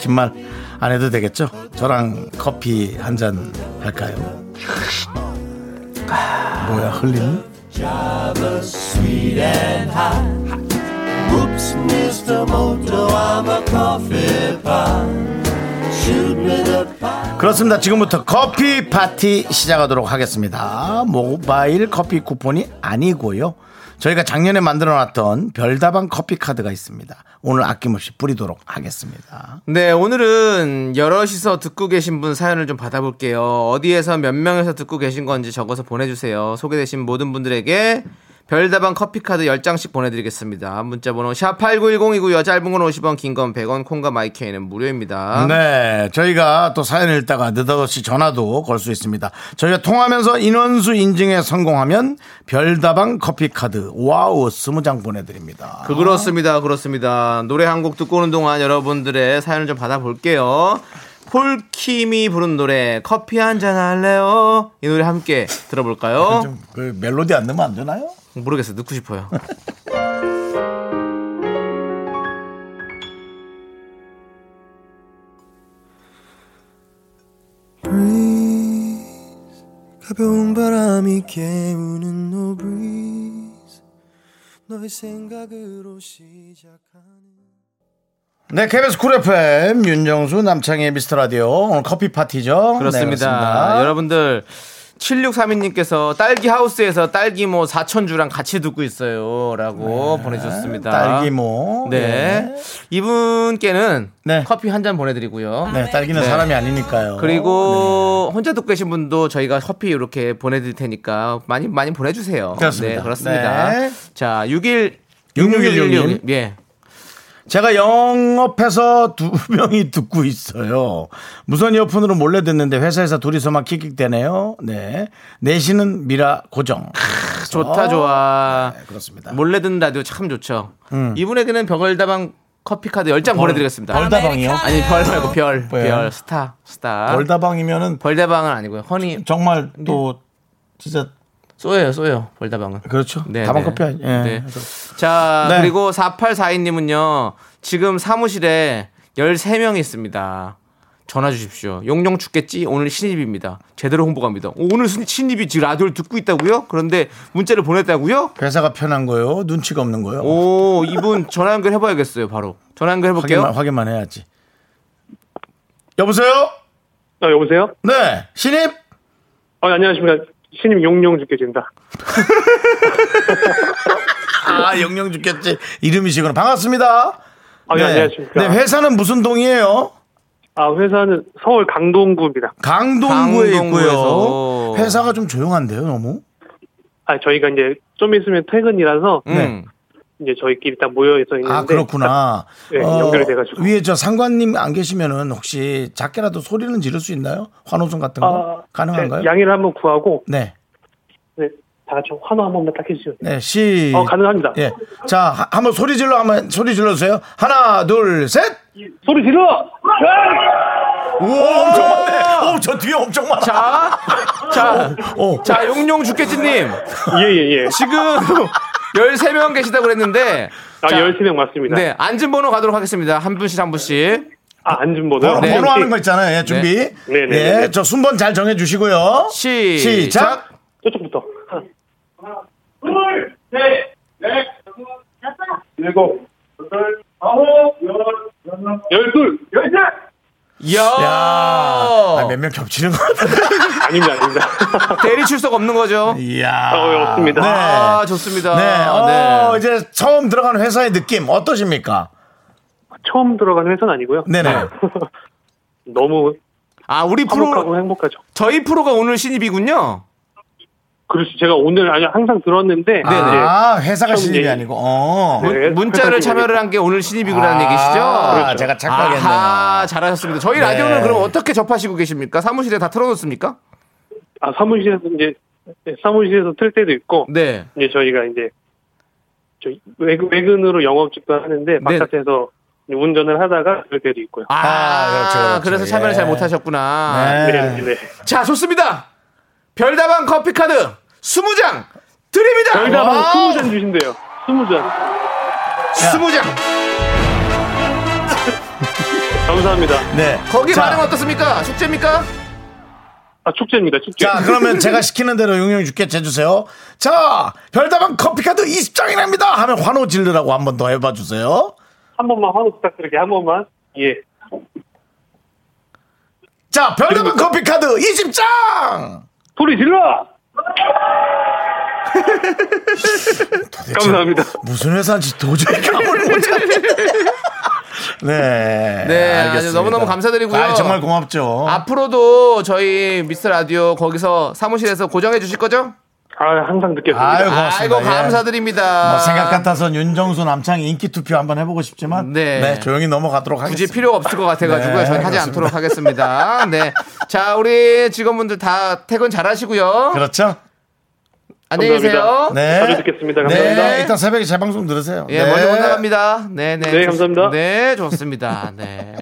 긴말 안 해도 되겠죠? 저랑 커피 한 잔 할까요? 아, 뭐야 흘리니?
Whoops, Mr. Moto, I'm a coffee pot. Shoot me the pot.
그렇습니다. 지금부터 커피 파티 시작하도록 하겠습니다. 모바일 커피 쿠폰이 아니고요. 저희가 작년에 만들어 놨던 별다방 커피 카드가 있습니다. 오늘 아낌없이 뿌리도록 하겠습니다.
네, 오늘은 여럿이서 듣고 계신 분 사연을 좀 받아볼게요. 어디에서 몇 명에서 듣고 계신 건지 적어서 보내주세요. 소개되신 모든 분들에게 별다방 커피카드 10장씩 보내드리겠습니다. 문자번호 샵8910이고요. 짧은 건 50원, 긴 건 100원, 콩과 마이케이는 무료입니다.
네, 저희가 또 사연을 읽다가 느닷없이 전화도 걸 수 있습니다. 저희가 통하면서 인원수 인증에 성공하면 별다방 커피 카드 와우 20장 보내드립니다.
그 그렇습니다. 그렇습니다. 노래 한 곡 듣고 오는 동안 여러분들의 사연을 좀 받아볼게요. 폴킴이 부른 노래 커피 한 잔 할래요? 이 노래 함께 들어볼까요?
그 멜로디 안 넣으면 안 되나요?
모르겠어요. 넣고 싶어요.
음, 가벼운 바람이 깨우는 노 브리즈 너의 생각으로 시작하는
네, KBS 쿨 FM 윤정수 남창의 미스터 라디오 오늘 커피 파티죠?
그렇습니다.
네, 그렇습니다.
여러분들 7632님께서 딸기 하우스에서 딸기 모 사촌주랑 같이 듣고 있어요라고 보내주셨습니다.
네. 딸기모. 뭐.
네.
네.
이분께는
네.
커피 한 잔 보내드리고요.
네, 딸기는
네.
사람이 아니니까요.
그리고 혼자 듣고 계신 분도 저희가 커피 이렇게 보내드릴 테니까 많이 많이 보내주세요.
그렇습니다.
네, 그렇습니다.
네.
자, 6일
6616 님.
예.
제가 영업해서 두 [laughs] 명이 듣고 있어요. 무선 이어폰으로 몰래 듣는데 회사에서 둘이서만 킥킥대네요. 네. 내시는 미라 고정. 그렇죠.
좋다 좋아.
그렇습니다.
몰래 듣는 라디오 참 좋죠. 이분에게는 벽을다방 커피 카드 10장 보내드리겠습니다.
음. 벌다방이요?
아니 별 말고 별,
뭐예요?
별, 스타, 스타.
벌다방이면은
벌대방은 아니고요. 허니
정말
네.
또 진짜
쏘예요, 쏘예요. 벌다방은.
그렇죠.
네,
다방
네.
커피 아니. 예.
네. 자,
네.
그리고 4842님은요, 지금 사무실에 13명이 있습니다. 전화 주십시오. 용용 죽겠지? 오늘 신입입니다. 제대로 홍보 갑니다. 오, 오늘 신- 신입이 지금 라디오를 듣고 있다고요? 그런데 문자를 보냈다고요?
회사가 편한 거요. 눈치가 없는 거요.
오, 이분 전화 연결해 봐야겠어요, 바로. 전화 연결해 볼게요.
확인만, 확인만 해야지. 여보세요?
아, 여보세요?
네. 신입?
아, 안녕하십니까. 신임 용용 죽겠습니다.
아, 영영 죽겠지. 이름이시구나. 반갑습니다.
아, 예, 안녕하십니까.
네, 회사는 무슨 동이에요?
아, 회사는 서울 강동구입니다.
강동구에
강동구에서.
있고요. 회사가 좀 조용한데요, 너무?
아, 저희가 이제 좀 있으면 퇴근이라서
음.
이제 저희끼리 딱 모여서 있는데.
아, 그렇구나.
음, [laughs]
어,
네, 연결이 돼가지고.
위에 저 상관님 안 계시면은 혹시 작게라도 소리는 지를 수 있나요? 환호성 같은 거?
아,
가능한가요?
네, 양해를 한번 구하고
네.
네, 다 같이 환호 한 번만 딱 해주시면 돼요.
네, 시.
어, 가능합니다.
예. 자, 하- 한번 소리 질러, 한번 소리 질러 주세요. 하나, 둘, 셋!
소리 질러! 네!
우와, 엄청 많네. 어, 저 뒤에 엄청 많아.
자, 자,
어.
자, 용용 죽겠지님.
예, 예, 예.
지금 13명 계시다고 그랬는데.
아,
자,
13명 맞습니다.
네, 앉은 번호 가도록 하겠습니다. 한 분씩 한 분씩.
아, 앉은 번호.
번호,
네.
번호 하는 거 있잖아요. 예, 준비. 네.
네, 네, 네.
저 순번 잘 정해 주시고요.
시-
시작.
저쪽부터. 하나, 둘, 셋, 넷, 다섯, 일곱, 여덟, 아홉, 열, 열둘, 열셋!
야,
어.
아, 몇 명 겹치는 것 같아.
아닙니다, 아닙니다.
대리 출석 없는 거죠?
이야.
아, 왜 없습니다.
네.
아, 좋습니다.
네. 어,
네.
이제 처음 들어간 회사의 느낌 어떠십니까?
[laughs] 처음 들어간 회사는 아니고요.
네네.
너무
아, 우리
화목하고
프로,
행복하죠.
저희 프로가 오늘 신입이군요?
그렇죠. 제가 오늘 아니 항상 들었는데
아, 회사가
네, 처음
신입이
얘기.
아니고. 어.
네.
문- 문자를
회사생활이-
참여를 한 게 오늘 신입이구라는 얘기시죠?
아, 제가 착각했네요.
아하, 잘하셨습니다. 저희
네.
라디오는 그럼 어떻게 접하시고 계십니까? 사무실에 다 틀어놓습니까?
아 사무실에서 이제 네, 사무실에서 틀 때도 있고
네.
이제 저희가 이제 저 외근, 외근으로 영업직도 하는데 바깥에서 운전을 하다가 그럴 때도 있고요.
아,
아, 그렇죠, 그렇죠.
래서 참여를
예.
잘 못하셨구나.
네.
네, 네.
자, 좋습니다. 별다방 커피카드 20장 드립니다.
별다방
와우.
20잔 주신대요. 20잔.
20장.
감사합니다.
네.
거기
자,
반응 어떻습니까? 숙제입니까?
아, 축제입니다, 축제.
자, 그러면 제가 시키는 대로 용영이 죽게 재주세요. 자, 별다방 커피카드 20장이랍니다! 하면 환호 질르라고 한 번 더 해봐 주세요.
한 번만 환호 부탁드릴게요, 한 번만. 예.
자, 별다방 커피카드 20장!
소리 질러! 감사합니다.
무슨 회사인지 도저히 감을 못 잡겠네. 네.
네, 아주
알겠습니다.
너무너무 감사드리고요.
아, 정말 고맙죠.
앞으로도 저희 미스터 라디오 거기서 사무실에서 고정해 주실 거죠?
아, 항상 느껴집니다.
아유, 고맙습니다.
아이고,
예.
감사드립니다.
뭐 생각 같아선 윤정수 남창희 인기 투표 한번 해보고 싶지만
네.
네, 조용히 넘어가도록 하겠습니다.
굳이 필요가 없을 것 같아가지고요.
네,
저는 하지
그렇습니다.
않도록 하겠습니다. 네. 자, 우리 직원분들 다 퇴근 잘 하시고요.
그렇죠?
안녕히 계세요.
네.
자주 듣겠습니다. 감사합니다.
네, 일단 새벽에 재방송 들으세요.
예,
네.
먼저 못 나갑니다. 네, 네.
네, 감사합니다.
네, 좋습니다. 네.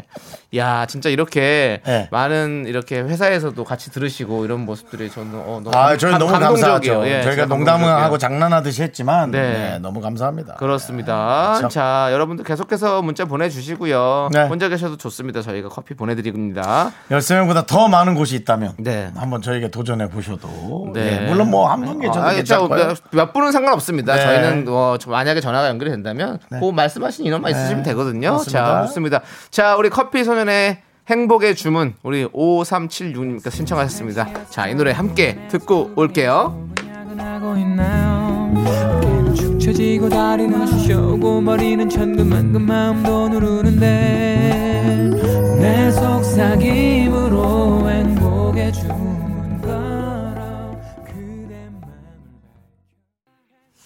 야, 진짜 이렇게
네.
많은 이렇게 회사에서도 같이 들으시고 이런 모습들이 저는 어, 너무
아, 저희 너무
감동적이에요.
감사하죠.
예,
저희가
진짜
농담하고
감동적이에요.
장난하듯이 했지만
네.
네. 너무 감사합니다.
그렇습니다.
그렇죠.
자, 여러분들 계속해서 문자 보내주시고요.
네.
혼자 계셔도 좋습니다. 저희가 커피 보내드립니다.
13명보다 더 많은 곳이 있다면
네.
한번 저에게 도전해 보셔도
네.
예, 물론 뭐 한번
아,
계셔도
진짜
괜찮고요.
몇- 몇 분은 상관없습니다.
네.
저희는 어, 저- 만약에 전화가 연결이 된다면 그 말씀하신
네.
인원만 있으시면 되거든요.
그렇습니다.
자, 좋습니다. 자, 우리 커피 소년의 행복의 주문 우리 5376님께서 신청하셨습니다. 자, 이 노래 함께 듣고 올게요.
하고 있나요? 어깨는 축 처지고 다리는 쑤셔고 머리는 천근만근 마음도 누르는데 내 속삭임으로 행복해 주는 거라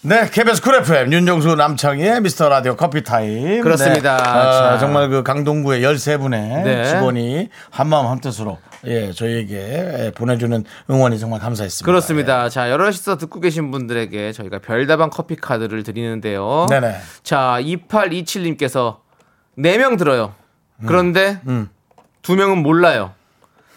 네, KBS 쿨 FM 윤정수 남창희의 미스터 라디오 커피 타임.
그렇습니다.
네. 아,
자.
정말 그 강동구의 13분의
네.
직원이 한마음 한뜻으로 예, 저희에게 예, 보내주는 응원이 정말 감사했습니다.
그렇습니다. 자, 여러시서 듣고 계신 분들에게 저희가 별다방 커피 카드를 드리는데요.
네네.
자, 2827님께서 4명 들어요. 그런데
음.
두 명은 몰라요.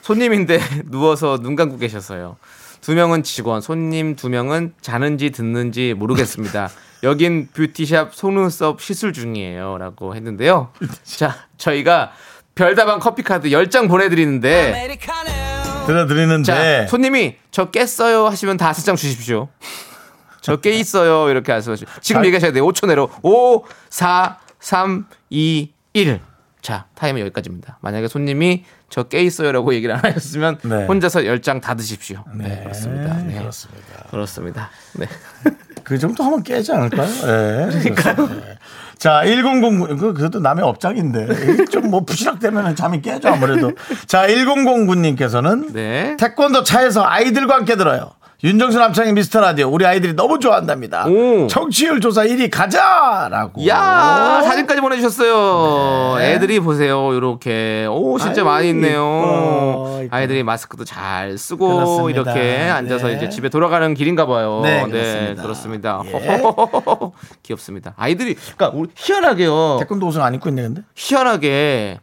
손님인데 [laughs] 누워서 눈 감고 계셔서요. 두 명은 직원, 손님 두 명은 자는지 듣는지
[laughs]
모르겠습니다. 여긴 뷰티샵 속눈썹 시술 중이에요. 라고 했는데요. 자, 저희가 별다방 커피카드 10장 보내드리는데, 자,
들어드리는데
손님이 저 깼어요 하시면 다섯 장 주십시오. 저 깨 있어요. 이렇게 하셔시 지금
아.
얘기하셔야 돼요. 5초 내로. 5, 4, 3, 2, 1. 자, 타이머 여기까지입니다. 만약에 손님이 저 깨 있어요라고 얘기를 안 하셨으면
네.
혼자서 열 장 다 드십시오. 네,
네,
그렇습니다. 네.
그렇습니다.
그렇습니다. 네.
그 정도 하면 깨지 않을까요? 예. 그러니까요. 자, 1009, 그, 그것도 남의 업장인데. 좀 뭐 부시락되면 잠이 깨죠, 아무래도. 자, 1009님께서는
네.
태권도 차에서 아이들과 함께 들어요. 윤정수 남창의 미스터 라디오 우리 아이들이 너무 좋아한답니다. 청취율 조사 1위 가자라고.
야 사진까지 보내주셨어요. 애들이 보세요. 이렇게 오 진짜
네. 아유,
많이 있네요.
이뻐, 이뻐.
아이들이 마스크도 잘 쓰고
그렇습니다.
이렇게 앉아서
네.
이제 집에 돌아가는 길인가 봐요.
네,
그렇습니다.
그렇습니다. 예.
[laughs] 귀엽습니다. 아이들이 그러니까 우리 희한하게요.
태권도 옷은 안 입고 있네 근데.
희한하게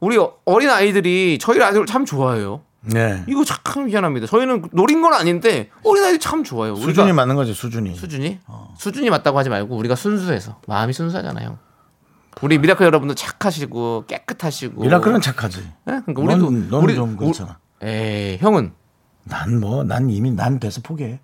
우리 어린 아이들이 저희 라디오를 참 좋아해요.
네.
이거 참 희한합니다. 저희는 노린 건 아닌데 어린 아이들 참 좋아요.
수준이 맞는 거죠 수준이.
수준이
어.
수준이 맞다고 하지 말고 우리가 순수해서 마음이 순수하잖아요. 우리 미라클 여러분들 착하시고 깨끗하시고
미라클은 착하지.
예? 그러니까
우리
우리도
넌, 넌
우리-
좀 그렇잖아.
에이 형은
난 뭐, 난 이미 난 돼서 포기해.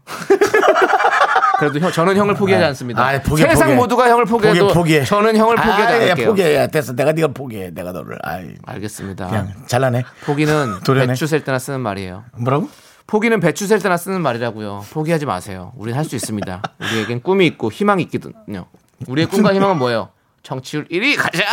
그래도 형 저는 형을 포기하지 않습니다.
아이, 포기해,
세상
포기해.
모두가 형을 포기해도
포기해, 포기해.
저는 형을 포기하지
아이, 예,
않을게요.
포기해. 야, 됐어. 내가 네가 포기해. 내가 너를. 아이,
알겠습니다.
그냥 잘라내.
포기는
[laughs] 도련해.
배추 셀 때나 쓰는 말이에요.
뭐라고?
포기는 배추 셀 때나 쓰는 말이라고요. 포기하지 마세요. 우리는 할 수 있습니다. 우리에겐 꿈이 있고 희망이 있거든요. 우리의 꿈과 희망은 뭐예요? 정치율 1위 가자.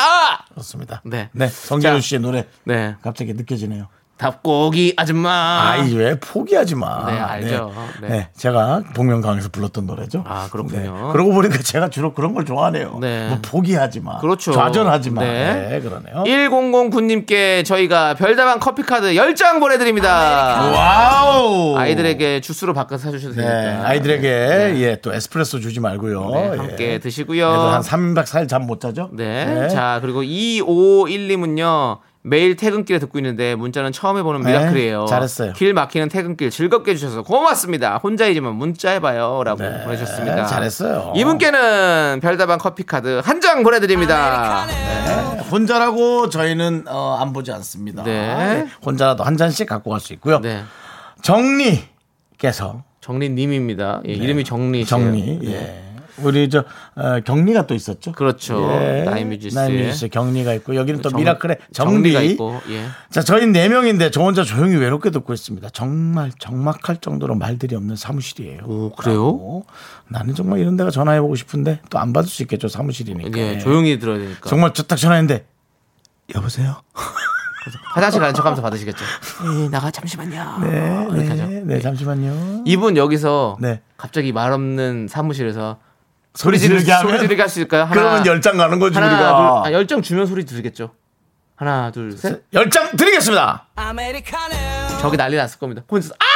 그렇습니다.
네.
네.
자,
성재윤 씨의 노래.
네.
갑자기 느껴지네요.
닭고기 아줌마.
아이, 왜 포기하지 마.
네, 알죠. 네.
네. 제가 복면가왕에서 불렀던 노래죠. 네.
아, 그렇군요.
그러고 보니까 제가 주로 그런 걸 좋아하네요.
네.
뭐 포기하지 마.
그렇죠.
좌절하지 마.
네.
네, 그러네요.
1009님께 저희가 별다방 커피카드 10장 보내드립니다.
와우!
아이들에게 주스로 바꿔서 사주셔도
네,
되니까.
아이들에게 예, 또 에스프레소 주지 말고요.
네,
예.
함께
그래도
드시고요.
한 3박 4일 잠 못 자죠?
네. 자, 그리고 2512님은요. 매일 퇴근길에 듣고 있는데 문자는 처음 해보는
네,
미라클이에요.
잘했어요.
길 막히는 퇴근길 즐겁게 해주셔서 고맙습니다. 혼자이지만 문자해봐요. 라고 보내셨습니다.
네, 잘했어요.
이분께는 별다방 커피카드 한 장 보내드립니다.
네, 혼자라고 저희는 어, 안 보지 않습니다.
네.
예, 혼자라도 한 잔씩 갖고 갈 수 있고요.
네.
정리께서
정리님입니다. 예, 이름이 정리.
네. 정리. 예. 우리 저 어, 경리가 또 있었죠.
네.
예.
그렇죠. 나이뮤지스의.
나이뮤지스 경리가 있고 여기는 또
정-
미라클의 정리.
정리가 있고, 예.
자, 저희 네 명인데 저 혼자 조용히 외롭게 듣고 있습니다. 정말 적막할 정도로 말들이 없는 사무실이에요.
어,
그래요? 나는 정말 이런 데가 전화해 보고 싶은데 또 안 받을 수 있겠죠 사무실이니까.
예, 조용히 들어야 되니까.
그러니까. 정말 저 딱 전화했는데 여보세요.
화장실 가는 척하면서 받으시겠죠.
나가 잠시만요. 음. 네,
아, 이렇게 하죠.
네, 네, 잠시만요.
이분 여기서
네.
갑자기 말 없는 사무실에서
소리 지르게
지를-
하면?
소리 지르게 할 수 있을까요? 하나,
그러면 열장 가는 거지,
하나,
우리가. 아,
둘, 아, 열장 주면 소리 들겠죠. 하나 둘 셋.
열장 드리겠습니다.
저기 난리 났을 겁니다. 혼자 아!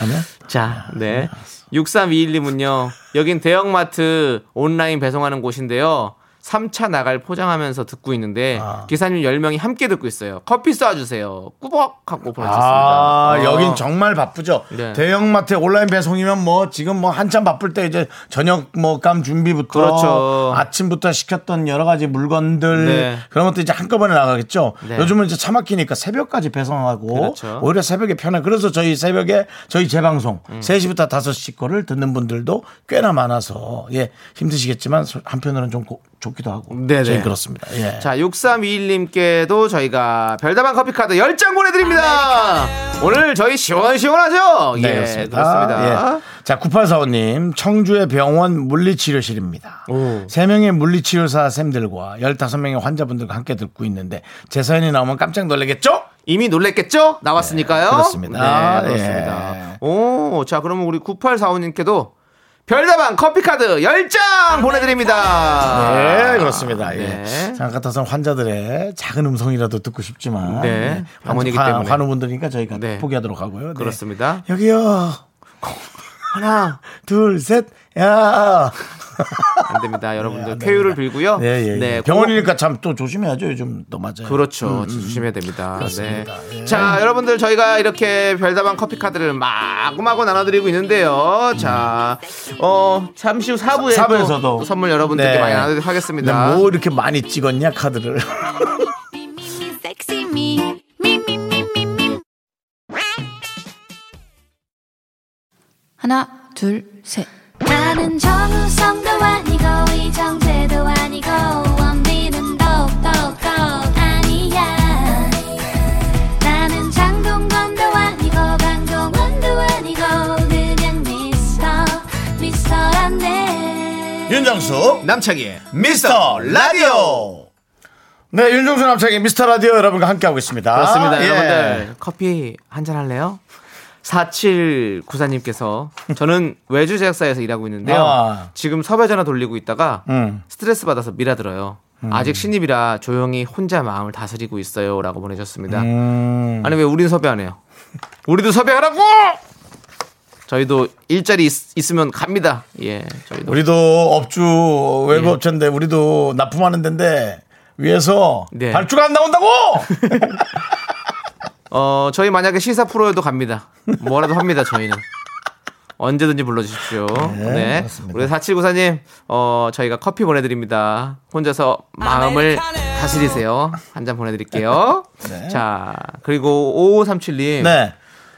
아니야?
자, 네. 6321님은요. 여긴 대형마트 온라인 배송하는 곳인데요. 3차 나갈 포장하면서 듣고 있는데
아.
기사님 10명이 함께 듣고 있어요. 커피 쏴주세요. 꾸벅 하고 보내주셨습니다.
아,
어.
여긴 정말 바쁘죠.
네.
대형마트 온라인 배송이면 뭐 지금 뭐 한참 바쁠 때 이제 저녁 뭐 감 준비부터
그렇죠.
아침부터 시켰던 여러 가지 물건들
네.
그런 것도 이제 한꺼번에 나가겠죠.
네.
요즘은 이제 차 막히니까 새벽까지 배송하고
그렇죠.
오히려 새벽에 편해. 그래서 저희 새벽에 저희 재방송
음.
3시부터 5시 거를 듣는 분들도 꽤나 많아서 예, 힘드시겠지만 소- 한편으로는 좀 고- 좋기도 하고.
네네.
저희 그렇습니다. 예.
자, 6321님께도 저희가 별다방 커피카드 10장 보내드립니다. 오늘 저희 시원시원하죠?
네,
예,
그렇습니다.
그렇습니다.
예. 자, 9845님, 청주의 병원 물리치료실입니다. 세명의 물리치료사 쌤들과 15명의 환자분들과 함께 듣고 있는데, 제 사연이 나오면 깜짝 놀라겠죠?
이미 놀랬겠죠? 나왔으니까요.
그렇습니다.
네, 그렇습니다. 오, 자, 그러면 우리 9845님께도 별다방 커피카드 10장 보내드립니다.
네, 그렇습니다. 예.
아. 네.
자, 아까 타선 환자들의 작은 음성이라도 듣고 싶지만,
네,
네.
방문이기
환-
때문에.
환우분들이니까 저희가 포기하도록 하고요. 네.
그렇습니다.
여기요.
하나,
둘, 셋, 야.
안 됩니다.
네,
여러분들 쾌유를 빌고요.
예, 예, 예.
네,
병원이니까 참 또 조심해야죠. 요즘 또 맞아요.
그렇죠.
음, 음.
조심해야 됩니다.
그렇습니다. 예.
네. 자, 여러분들 저희가 이렇게 별다방 커피 카드를 마구마구 나눠드리고 있는데요. 자, 어 잠시 후 4부에
사- 사부에서도.
또, 또 선물 여러분들께
네.
많이 나눠드리도록 하겠습니다.
근데 뭐 이렇게 많이 찍었냐 카드를.
Sexy me, me, me, me, me, me.
하나, 둘, 셋.
나는 정우성도 아니고 이정재도 아니고 원빈은 더욱더 아니야 나는 장동건도 아니고 강동원도 아니고 그냥 미스터 미스터란데
예.
윤정수 남창희 미스터 라디오. 네, 윤정수 남창희 미스터 라디오 여러분과 함께하고 있습니다.
그렇습니다,
예.
여러분들. 커피 한 잔 할래요? 4794님께서 저는 외주 제작사에서 일하고 있는데요.
아.
지금 섭외 전화 돌리고 있다가
음.
스트레스 받아서 미라 들어요.
음.
아직 신입이라 조용히 혼자 마음을 다스리고 있어요라고 보내셨습니다.
음.
아니 왜 우린 섭외 안 해요? 우리도 섭외하라고! 저희도 일자리 있, 으면 갑니다. 예, 저희도
우리도 업주 외부 업체인데 우리도 납품하는 데인데 위에서
네.
발주가 안 나온다고.
어 저희 만약에 시사 프로에도 갑니다. 뭐라도 합니다 저희는. 언제든지 불러주십시오. 네. 우리 4794님, 어, 저희가 커피 보내드립니다. 혼자서 마음을 다스리세요. 한 잔 보내드릴게요.
네.
자, 그리고 5537님.
네.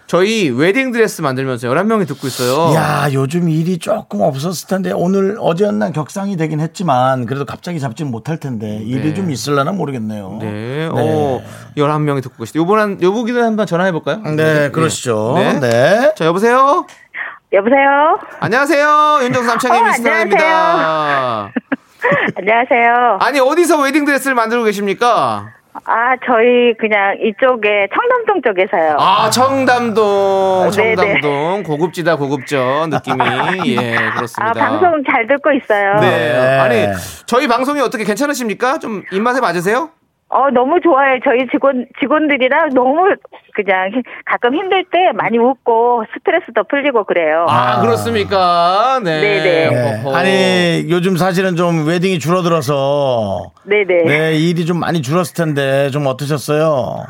저희 웨딩드레스 만들면서 11명이 듣고 있어요.
야, 요즘 일이 조금 없었을 텐데 오늘 어제였나 격상이 되긴 했지만 그래도 갑자기 잡지는 못할 텐데 일이 좀 있을라나 모르겠네요.
네. 어, 11명이 듣고 계시죠. 요번 한, 요보기는 한번 전화해볼까요?
네, 그러시죠.
네.
네.
자, 여보세요?
여보세요?
안녕하세요. 윤정수 남창희
어,
미스터입니다.
안녕하세요.
아니, 어디서 웨딩드레스를 만들고 계십니까?
아, 저희 그냥 이쪽에 청담동 쪽에 서요.
아, 청담동,
어. 네네.
청담동. 고급지다, 고급져.
[laughs]
느낌이. 예, 그렇습니다.
아, 방송 잘 듣고 있어요.
네. 아니, 저희 방송이 어떻게 괜찮으십니까? 좀 입맛에 맞으세요?
어, 너무 좋아요. 저희 직원, 직원들이랑 너무 그냥 히- 가끔 힘들 때 많이 웃고 스트레스도 풀리고 그래요.
아, 그렇습니까? 네.
네네.
어허.
예. 아니, 요즘 사실은 좀 웨딩이 줄어들어서
네네.
네, 일이 좀 많이 줄었을 텐데 좀 어떠셨어요?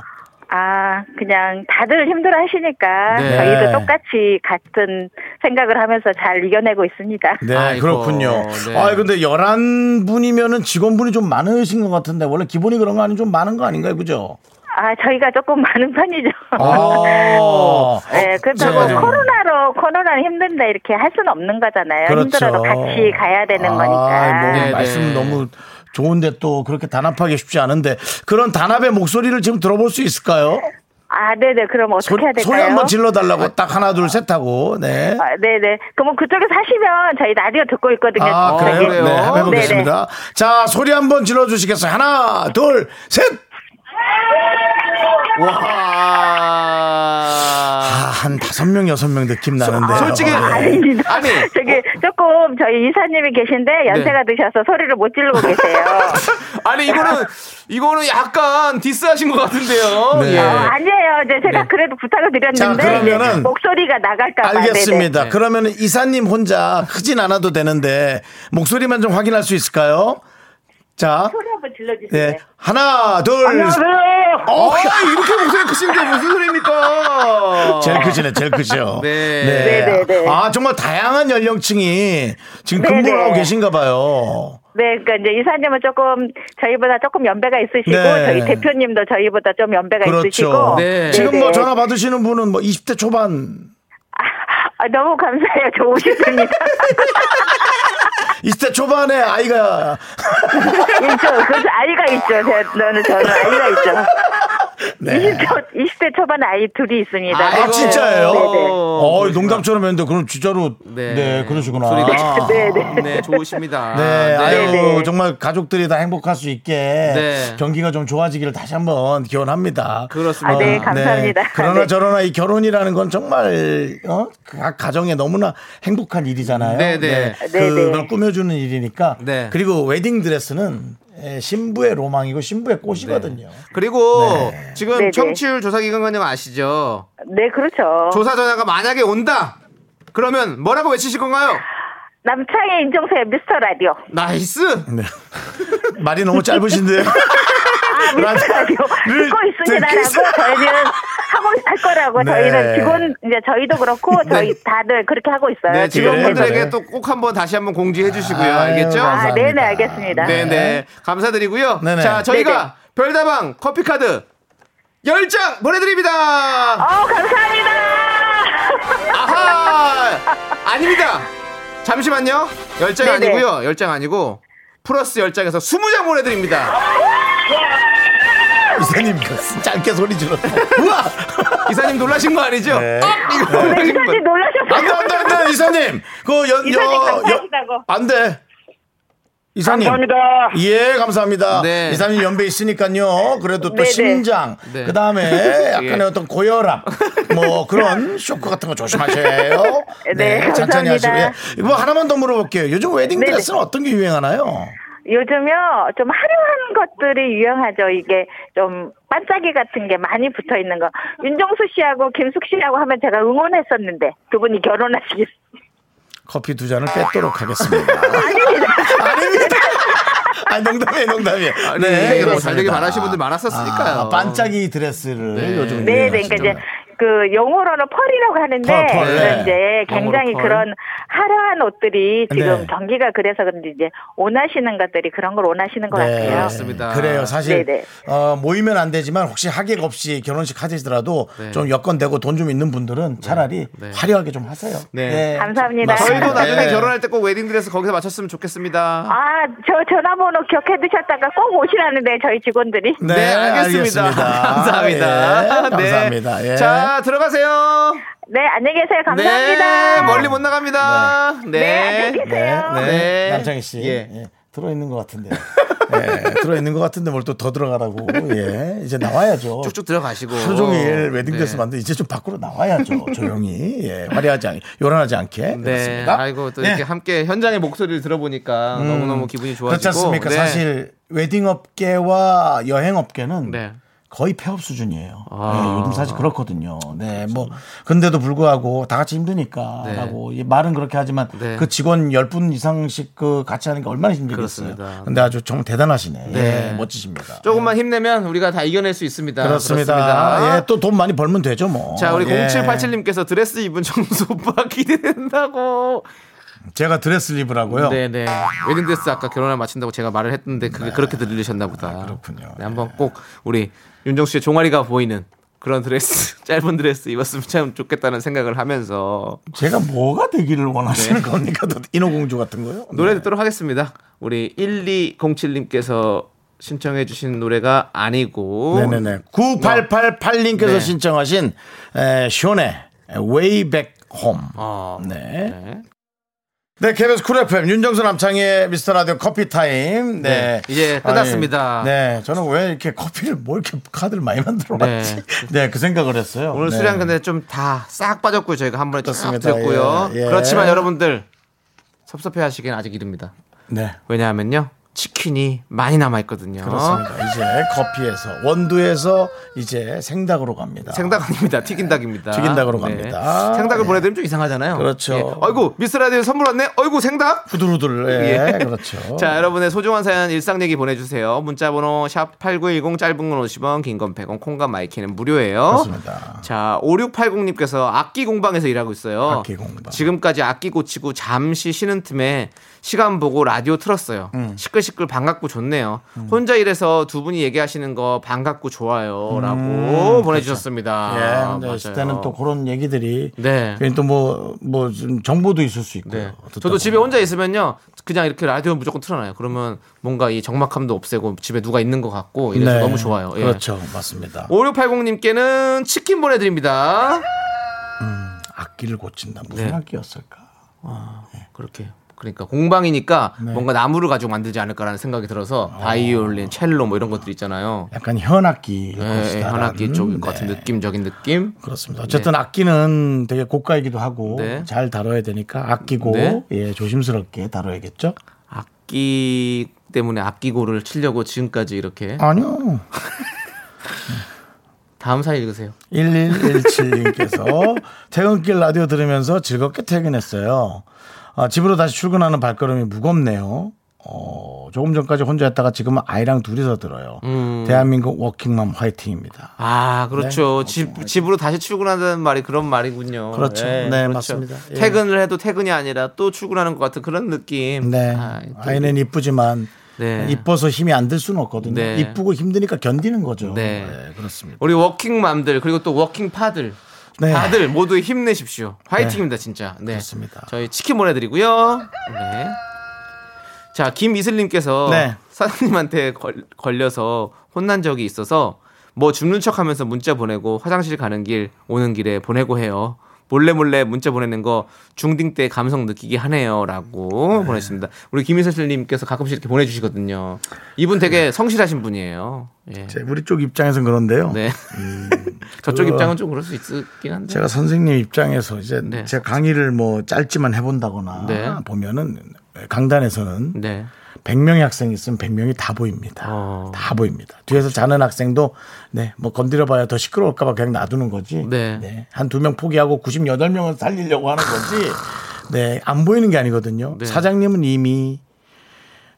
아, 그냥 다들 힘들어 하시니까
네.
저희도 똑같이 같은 생각을 하면서 잘 이겨내고 네. 있습니다.
네, 그렇군요. 아, 근데 11분이면은 직원분이 좀 많으신 것 같은데 원래 기본이 그런 거 아니면 좀 많은 거 아닌가요? 그죠?
아, 저희가 조금 많은 편이죠.
아.
아. [laughs] 네, 그래서 뭐
제가-
코로나로, 코로나는 힘든데 이렇게 할 수는 없는 거잖아요. 힘들어도 같이 가야 되는
그렇죠. 아,
거니까. 네,
너무 말씀 너무 좋은데 또 그렇게 단합하기 쉽지 않은데 그런 단합의 목소리를 지금 들어볼 수 있을까요?
아, 네네. 그럼 어떻게
소,
해야 될까요?
소리 한번 질러달라고 딱 하나 둘 셋 하고 네.
아, 네네. 그럼 그쪽에서 하시면 저희 라디오 듣고 있거든요.
아
지금.
그래요? 네 한번 해보겠습니다. 자 소리 한번 질러주시겠어요? 하나 둘 셋. 아, 한 다섯 명 여섯 명 느낌 네. 나는데.
아닙니다. 네,
아니,
저기
어.
조금 저희 이사님이
네.
계신데 연세가 드셔서 소리를 못
[laughs]
지르고 계세요.
아니 이거는 이거는 약간 디스하신 것 같은데요.
네.
예.
어, 아니에요. 이제 제가 그래도 부탁을 드렸는데
자, 그러면은
목소리가 나갈까 봐.
알겠습니다.
네네.
그러면 이사님 혼자 크진 않아도 되는데 목소리만 좀 확인할 수 있을까요? 자,
소리 한번 질러주세요.
네 하나 둘.
아, 네.
어,
어, 이렇게 목소리 크신데 무슨 소리입니까?
제일 크시네, 제일 크죠.
네.
네, 네, 네.
아, 정말 다양한 연령층이 지금
네,
근무하고
네.
계신가 봐요.
네, 그러니까 이제 이사님은 조금 저희보다 조금 연배가 있으시고
네.
저희 대표님도 저희보다 좀 연배가
그렇죠.
네, 있으시고
지금 뭐
네네.
전화 받으시는 분은 뭐 20대 초반,
아, 너무 감사해요. 좋으십니다.
[laughs] 20대 초반에 아이가
있죠. 그래서 아이가 있죠. 제- 저는 저는 아이가 있죠.
네.
20대, 20대 초반 아이 둘이 있습니다. 네.
아, 진짜예요?
네네.
어, 농담처럼 했는데 그럼 진짜로 네, 그러시구나.
소리가-
네,
네, 좋으십니다.
네, 아유 정말 가족들이 다 행복할 수 있게
네.
경기가 좀 좋아지기를 다시 한번 기원합니다. 어,
그렇습니다.
아, 네, 감사합니다.
그러나
네.
저러나 이 결혼이라는 건 정말 어? 각 가정에 너무나 행복한 일이잖아요.
네, 네. 네, 네.
그걸 꾸며주는 일이니까.
네.
그리고 웨딩 드레스는 예, 신부의 로망이고 신부의 꽃이거든요.
그리고 지금
네네.
청취율 조사 기관님 아시죠?
네, 그렇죠.
조사 전화가 만약에 온다. 그러면 뭐라고 외치실 건가요?
남창의 인정세 미스터 라디오. [laughs]
나이스.
네. 말이 너무 짧으신데요.
아, 미스터 라디오.
늘
듣고
듣고 있어요.
있습니다라고 저희는 하고 할 거라고
네.
저희는 직원 이제 저희도 그렇고 저희 다들 그렇게 하고 있어요.
네,
지금.
직원분들에게 또 꼭 한번 다시 한번 공지해 주시고요. 알겠죠?
아, 네, 네, 알겠습니다.
네, 네. 감사드리고요.
네네.
자, 저희가 별다방 커피 카드 10장 보내 드립니다.
어, 감사합니다.
아하! 아닙니다. 잠시만요. 10장이
네네.
아니고요. 10장 아니고 플러스 10장에서 20장 보내 드립니다.
이사님 짧게 소리 질렀어. 우와!
이사님 놀라신 거 아니죠?
네.
어? 이거
네,
놀라신 거.
이사님
안 돼,
놀라셨어요.
안 돼, 안 돼, 이사님. 그거 연, 여,
이사님
여,
감사하시다고. 아,
안 돼. 이사님.
감사합니다.
예, 감사합니다.
네.
이사님 연배 있으니까요. 그래도 또
네네.
심장,
네.
그 다음에 약간의
[laughs] 예.
어떤 고혈압, 뭐
[laughs]
그런 쇼크 같은 거 조심하셔야 해요.
네,
천천히
감사합니다.
하시고. 예. 이거 하나만 더 물어볼게요. 요즘 웨딩
네네.
드레스는 어떤 게 유행하나요?
요즘요 좀 화려한 것들이 유행하죠. 이게 좀 반짝이 같은 게 많이 붙어 있는 거. 윤정수 씨하고 김숙 씨하고 하면 제가 응원했었는데 두 분이 결혼하시길.
커피 두 잔을 뺏도록 하겠습니다.
[laughs] 아닙니다.
아닙니다. 아 농담이에요, 농담이에요. 네,
아니, 네, 뭐
그렇습니다.
잘 되길 바라신 분들 많았었으니까요.
아, 반짝이 드레스를
네.
요즘
네, 네, 그러니까
유행하시더라고요.
이제 그 영어로는 펄이라고
펄,
하는데
펄, 네.
이제 굉장히
영어로 펄.
그런 화려한 옷들이 지금
네.
경기가 그래서 그런지 이제 원하시는 것들이 그런 걸 원하시는 것
네,
같아요.
그렇습니다.
그래요. 사실
네네.
어, 모이면 안 되지만 혹시 하객 없이 결혼식 하시더라도
네.
좀 여건 되고 돈 좀 있는 분들은 차라리
네.
화려하게 좀 하세요.
네.
감사합니다.
저희도 나중에
네.
결혼할 때 꼭 웨딩드레스 거기서 맞췄으면 좋겠습니다.
아, 저 전화번호 기억해 두셨다가 꼭 오시라는데 저희 직원들이.
네, 알겠습니다.
[laughs] 감사합니다.
예, 감사합니다.
네.
예.
자, 들어가세요.
네, 안녕히 계세요.
네,
감사합니다.
멀리 못 나갑니다. 네.
네, 안녕히 계세요.
네.
네.
남창희 씨.
예.
예, 들어있는 것 같은데. 예, 들어있는 것 같은데 뭘 또 더 들어가라고. 예. 이제 나와야죠.
쭉쭉 들어가시고.
하루 종일 웨딩드레스
네.
만든 이제 좀 밖으로 나와야죠. 조용히. 예. 화려하지 않게. 요란하지 않게.
네.
그렇습니다.
아이고, 또
네.
이렇게 함께 현장의 목소리를 들어보니까
음,
너무너무 기분이 좋아지고.
그렇지 않습니까?
네.
사실 웨딩업계와 여행업계는
네.
거의 폐업 수준이에요.
아. 그렇죠.
네, 요즘 사실 그렇거든요. 네, 뭐 근데도 불구하고 다 같이
네.
힘드니까라고 이 말은 그렇게 하지만
네.
그 직원 10분 이상씩 그 같이 하는 게 얼마나 힘들겠어요.
그렇습니다.
근데 아주 정말 대단하시네.
네.
예, 멋지십니다.
조금만 힘내면 우리가 다 이겨낼 수 있습니다.
네. 그렇습니다. 예, 또 돈 많이 벌면 되죠, 뭐.
자, 우리
예.
[laughs] 0787님께서 드레스 입은 정수 오빠 기대된다고.
제가 드레스 입으라고요?
네네. 웨딩드레스 아까 결혼을 마친다고 제가 말을 했는데
네.
그게 그렇게 들리셨나 보다. 그렇군요. 네, 한번 꼭 우리 윤정수 씨의 종아리가 보이는 그런 드레스, [laughs] 짧은 드레스 입었으면 참 좋겠다는 생각을 하면서
제가 뭐가 되기를 원하시는
네.
겁니까? 또 인어공주 같은 거요?
노래 듣도록 하겠습니다. 우리 1207님께서 신청해 주신 노래가 아니고
네네네. 9888님께서
네.
신청하신 에, 쇼네 Way Back Home.
어,
네. 네. KBS 쿨 FM 윤정수 남창의 미스터 라디오 커피 타임. 네.
네, 이제 끝났습니다.
아니, 네. 저는 왜 이렇게 커피를 뭐 이렇게 카드를 많이 만들어 놨지? [laughs] 네. 그 생각을 했어요.
오늘
네.
수량 근데 좀 다 싹 빠졌고요. 저희가 한 번에 쫙
그렇습니다.
드렸고요.
예, 예.
그렇지만 여러분들 섭섭해 하시기엔 아직 이릅니다.
네.
왜냐하면요. 치킨이 많이 남아 있거든요.
그렇습니다. 그러니까 이제 커피에서 원두에서 이제 생닭으로 갑니다.
생닭 아닙니다. 튀긴닭입니다.
튀긴닭으로
네.
갑니다. 예.
생닭을 보내드리면 좀 이상하잖아요.
그렇죠.
예. 아이고 미스라디오 선물 왔네. 아이고 생닭.
후들후들. 예, 그렇죠.
자 여러분의 소중한 사연 일상 얘기 보내주세요. 문자번호 샵 #8910 짧은 건 50원, 긴 건 100원, 콩과 마이키는 무료예요.
그렇습니다.
자 5680님께서 악기 공방에서 일하고 있어요.
악기 공방.
지금까지 악기 고치고 잠시 쉬는 틈에 시간 보고 라디오 틀었어요.
음.
시끌시끌 반갑고 좋네요. 혼자 일해서 두 분이 얘기하시는 거 반갑고 좋아요라고 보내주셨습니다.
음, 그렇죠. 예, 근데 있을
아, 맞아요.
때는 또 그런 얘기들이
네.
괜히 또뭐뭐 정보도 있을 수 있고.
네.
요
저도 집에 혼자 있으면요, 그냥 이렇게 라디오 무조건 틀어놔요. 그러면 뭔가 이 적막함도 없애고 집에 누가 있는 것 같고 이래서 너무 좋아요. 예.
네. 그렇죠, 맞습니다.
5680님께는 치킨 보내드립니다.
악기를 고친다 무슨
네.
악기였을까?
그렇게. 그러니까 공방이니까
네.
뭔가 나무를 가지고 만들지 않을까라는 생각이 들어서 바이올린, 첼로 뭐 이런 것들 있잖아요.
약간 현악기.
예, 예, 현악기 쪽인 것
네.
같은 느낌적인 느낌.
그렇습니다. 어쨌든 악기는 되게 고가이기도 하고
네.
잘 다뤄야 되니까 아끼고
네.
예 조심스럽게 다뤄야겠죠.
악기 때문에 악기고를 치려고 지금까지 이렇게
아니요.
다음 사연 읽으세요.
1117님께서 [laughs] 퇴근길 라디오 들으면서 즐겁게 퇴근했어요. 아, 집으로 다시 출근하는 발걸음이 무겁네요. 어, 조금 전까지 혼자 했다가 지금은 아이랑 둘이서 들어요.
음.
대한민국 워킹맘 화이팅입니다.
아, 그렇죠. 집, 집으로 다시 출근한다는 말이 그런 말이군요.
네. 그렇죠.
예,
네, 맞습니다. 예.
퇴근을 해도 퇴근이 아니라 또 출근하는 것 같은 그런 느낌.
네.
아, 또-
아이는 이쁘지만
네.
이뻐서 힘이 안 들 수는 없거든요.
네.
이쁘고 힘드니까 견디는 거죠.
네.
그렇습니다.
우리 워킹맘들, 그리고 또 워킹파들.
네.
다들 모두 힘내십시오. 화이팅입니다, 진짜. 네.
그렇습니다.
저희 치킨 보내드리고요. 네. 자, 김이슬님께서
네.
사장님한테 걸, 걸려서 혼난 적이 있어서 뭐 줍는 척 하면서 문자 보내고 화장실 가는 길, 오는 길에 보내고 해요. 몰래 몰래 문자 보내는 거 중딩 때 감성 느끼게 하네요라고 보내십니다. 우리 김희철님께서 가끔씩 이렇게 보내주시거든요. 이분 되게 성실하신 분이에요. 예.
네. 제- 우리 쪽 입장에선 그런데요.
네. [laughs] 저쪽
그거-
입장은 좀 그럴 수 있긴 한데.
제가 선생님 입장에서 이제
네.
제가 강의를 뭐 짧지만 해본다거나
네.
보면은 강단에서는
네.
100명의 학생이 있으면 100명이 다 보입니다.
아.
다 보입니다. 뒤에서 자는 학생도 네, 뭐 건드려봐야 더 시끄러울까봐 그냥 놔두는 거지.
네.
한 두 명 포기하고 98명은 살리려고 하는 거지. 네, 안 보이는 게 아니거든요.
네.
사장님은 이미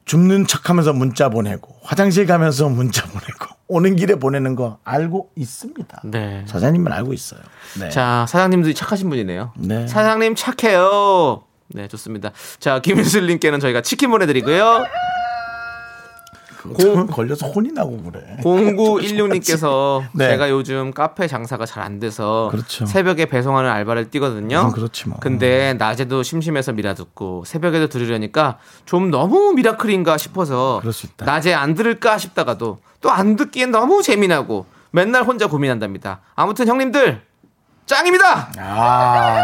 줍는 척 하면서 문자 보내고 화장실 가면서 [laughs] 문자 보내고 오는 길에 보내는 거 알고 있습니다.
네.
사장님은 알고 있어요. 네.
자, 사장님들이 착하신 분이네요.
네.
사장님 착해요. 네, 좋습니다. 자, 김윤슬님께는 저희가 치킨 보내드리고요.
고... 걸려서 혼이 나고 그래.
0916님께서
[laughs] 네.
제가 요즘 카페 장사가 잘 안 돼서
그렇죠.
새벽에 배송하는 알바를 뛰거든요.
아, 그렇지 뭐.
근데 낮에도 심심해서 미라 듣고 새벽에도 들으려니까 좀 너무 미라클인가 싶어서 낮에 안 들을까 싶다가도 또 안 듣기엔 너무 재미나고 맨날 혼자 고민한답니다. 아무튼 형님들 짱입니다.
아,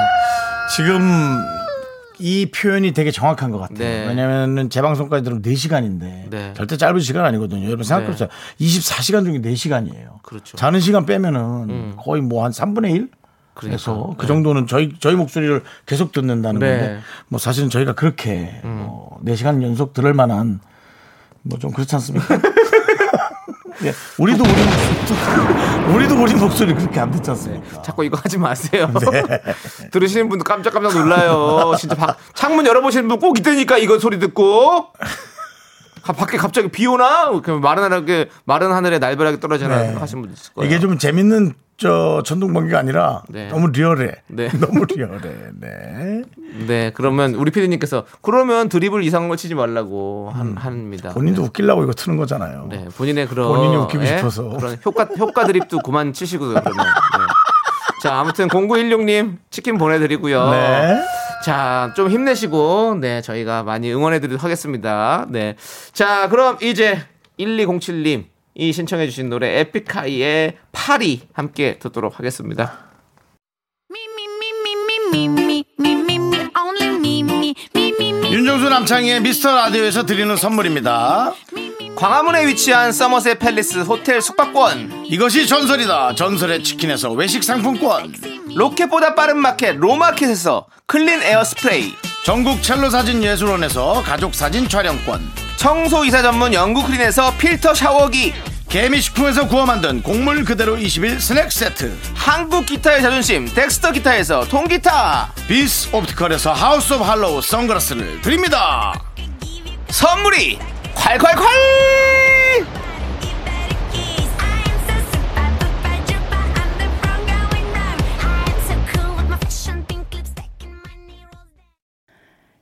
지금 이 표현이 되게 정확한 것 같아요.
네.
왜냐면은 재방송까지 들으면 4시간인데 절대 짧은 시간 아니거든요. 여러분 생각해보세요. 24시간 중에 4시간이에요.
네. 그렇죠. 음.
자는 시간 빼면은 거의 뭐 한 3분의 1? 그래서 그 정도는 저희 저희 목소리를 계속 듣는다는
네. 음.
건데 뭐 사실은 저희가 그렇게 뭐 4시간 연속 들을 만한 뭐 좀 그렇지 않습니까? [laughs] 예, 우리도 우리 목소리, [laughs] 우리도 우리 목소리 그렇게 안 듣지 않습니까?
자꾸 이거
[laughs]
하지 마세요.
네.
[laughs] 들으시는 분도 깜짝깜짝 놀라요. 진짜 밖- 창문 열어보시는 분 꼭 있다니까 이거 소리 듣고. 가- 밖에 갑자기 비 오나? 그럼 마른 하늘에, 마른 하늘에 날벼락이 떨어지나
네.
생각하시는 분도 있을 거예요.
이게 좀 재밌는 저 전동방귀가 아니라
네.
너무 리얼해.
네.
[laughs] 너무 리얼해. 네.
네, 그러면 우리 피디님께서 그러면 드립을 이상한 걸 치지 말라고 한, 합니다.
음. 본인도
네.
웃기려고 이거 트는 거잖아요.
네, 본인의 그런
뭐. 본인이 웃기고
예?
싶어서.
그런 효과 효과 드립도 그만 치시고 그러면. 네. 자, 아무튼 0916님 치킨 보내드리고요.
네.
자, 좀 힘내시고 네 저희가 많이 응원해드리도록 하겠습니다. 네, 자 그럼 이제 1207님 이 신청해주신 노래 에픽하이의 파리 함께 듣도록 하겠습니다.
윤정수 남창희의 미스터 라디오에서 드리는 선물입니다.
광화문에 위치한 서머셋 팰리스 호텔 숙박권.
이것이 전설이다. 전설의 치킨에서 외식 상품권.
로켓보다 빠른 마켓 로마켓에서 클린 에어 스프레이.
전국 첼로 사진 예술원에서 가족 사진 촬영권.
청소 이사 전문 영국 클린에서 필터 샤워기.
개미식품에서 구워 만든 곡물 그대로 21 스낵 세트.
한국 기타의 자존심 덱스터 기타에서 통기타.
비스 옵티컬에서 하우스 오브 할로우 선글라스를 드립니다.
선물이 콸콸콸!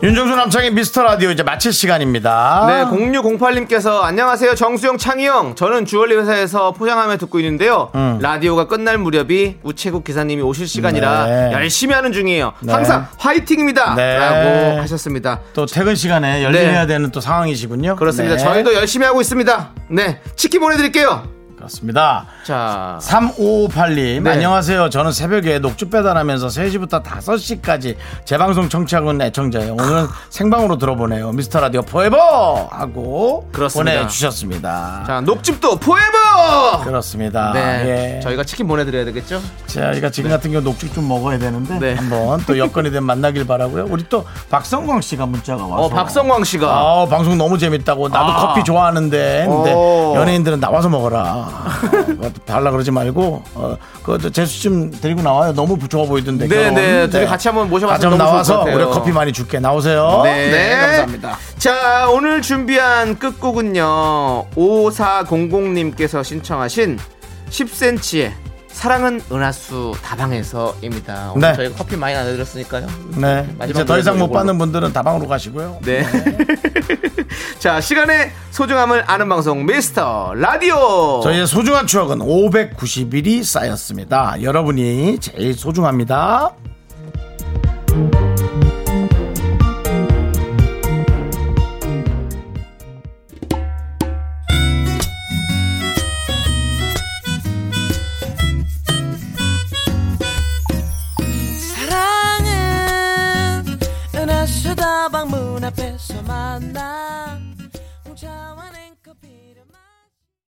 윤정수 남창희 미스터 라디오 이제 마칠 시간입니다.
네, 0608님께서 안녕하세요. 정수영, 창희형. 저는 주얼리 회사에서 포장하며 듣고 있는데요.
음.
라디오가 끝날 무렵이 우체국 기사님이 오실 시간이라
네.
열심히 하는 중이에요.
네.
항상 화이팅입니다.
네.
라고 하셨습니다.
또 퇴근 시간에 열심히
네.
해야 되는 또 상황이시군요.
그렇습니다.
네.
저희도 열심히 하고 있습니다. 네. 치킨 보내드릴게요.
그렇습니다.
자.
3558님,
네.
안녕하세요. 저는 새벽에 녹즙 배달하면서 3시부터 5시까지 재방송 청취하고 있는 애청자예요. 오늘은 생방으로 들어보네요. 미스터 라디오 포에버! 하고
그렇습니다.
보내주셨습니다.
아, 자, 녹즙도 포에버!
그렇습니다.
네.
예.
저희가 치킨 보내드려야 되겠죠?
저희가 지금 같은 경우 녹즙 좀 먹어야 되는데
네.
한번 또 여건이 되면 만나길 바라고요. 우리 또 박성광 씨가 문자가 와서
어, 박성광 씨가.
아, 방송 너무 재밌다고 나도
아.
커피 좋아하는데 근데
어.
연예인들은 나와서
[laughs]
먹어라. 그거 달라 그러지 말고 어, 그거 제수 좀 데리고 나와요. 너무 좋아 보이던데.
네,
결혼.
네. 둘이 같이 한번 모셔봤으면
같이 한번
너무 좋을
나와서
것 같아요.
우리 커피 많이 줄게. 나오세요.
네.
감사합니다.
자, 오늘 준비한 끝곡은요. 5400님께서 신청하신 10cm의 사랑은 은하수 다방에서입니다. 오늘
네.
저희가 커피 많이 나눠드렸으니까요.
네.
마지막
이제 더 이상 못
노래도
받는 분들은 다방으로 가시고요.
네. [laughs] 자, 시간의 소중함을 아는 방송 미스터 라디오.
저희의 소중한 추억은 591이 쌓였습니다. 여러분이 제일 소중합니다.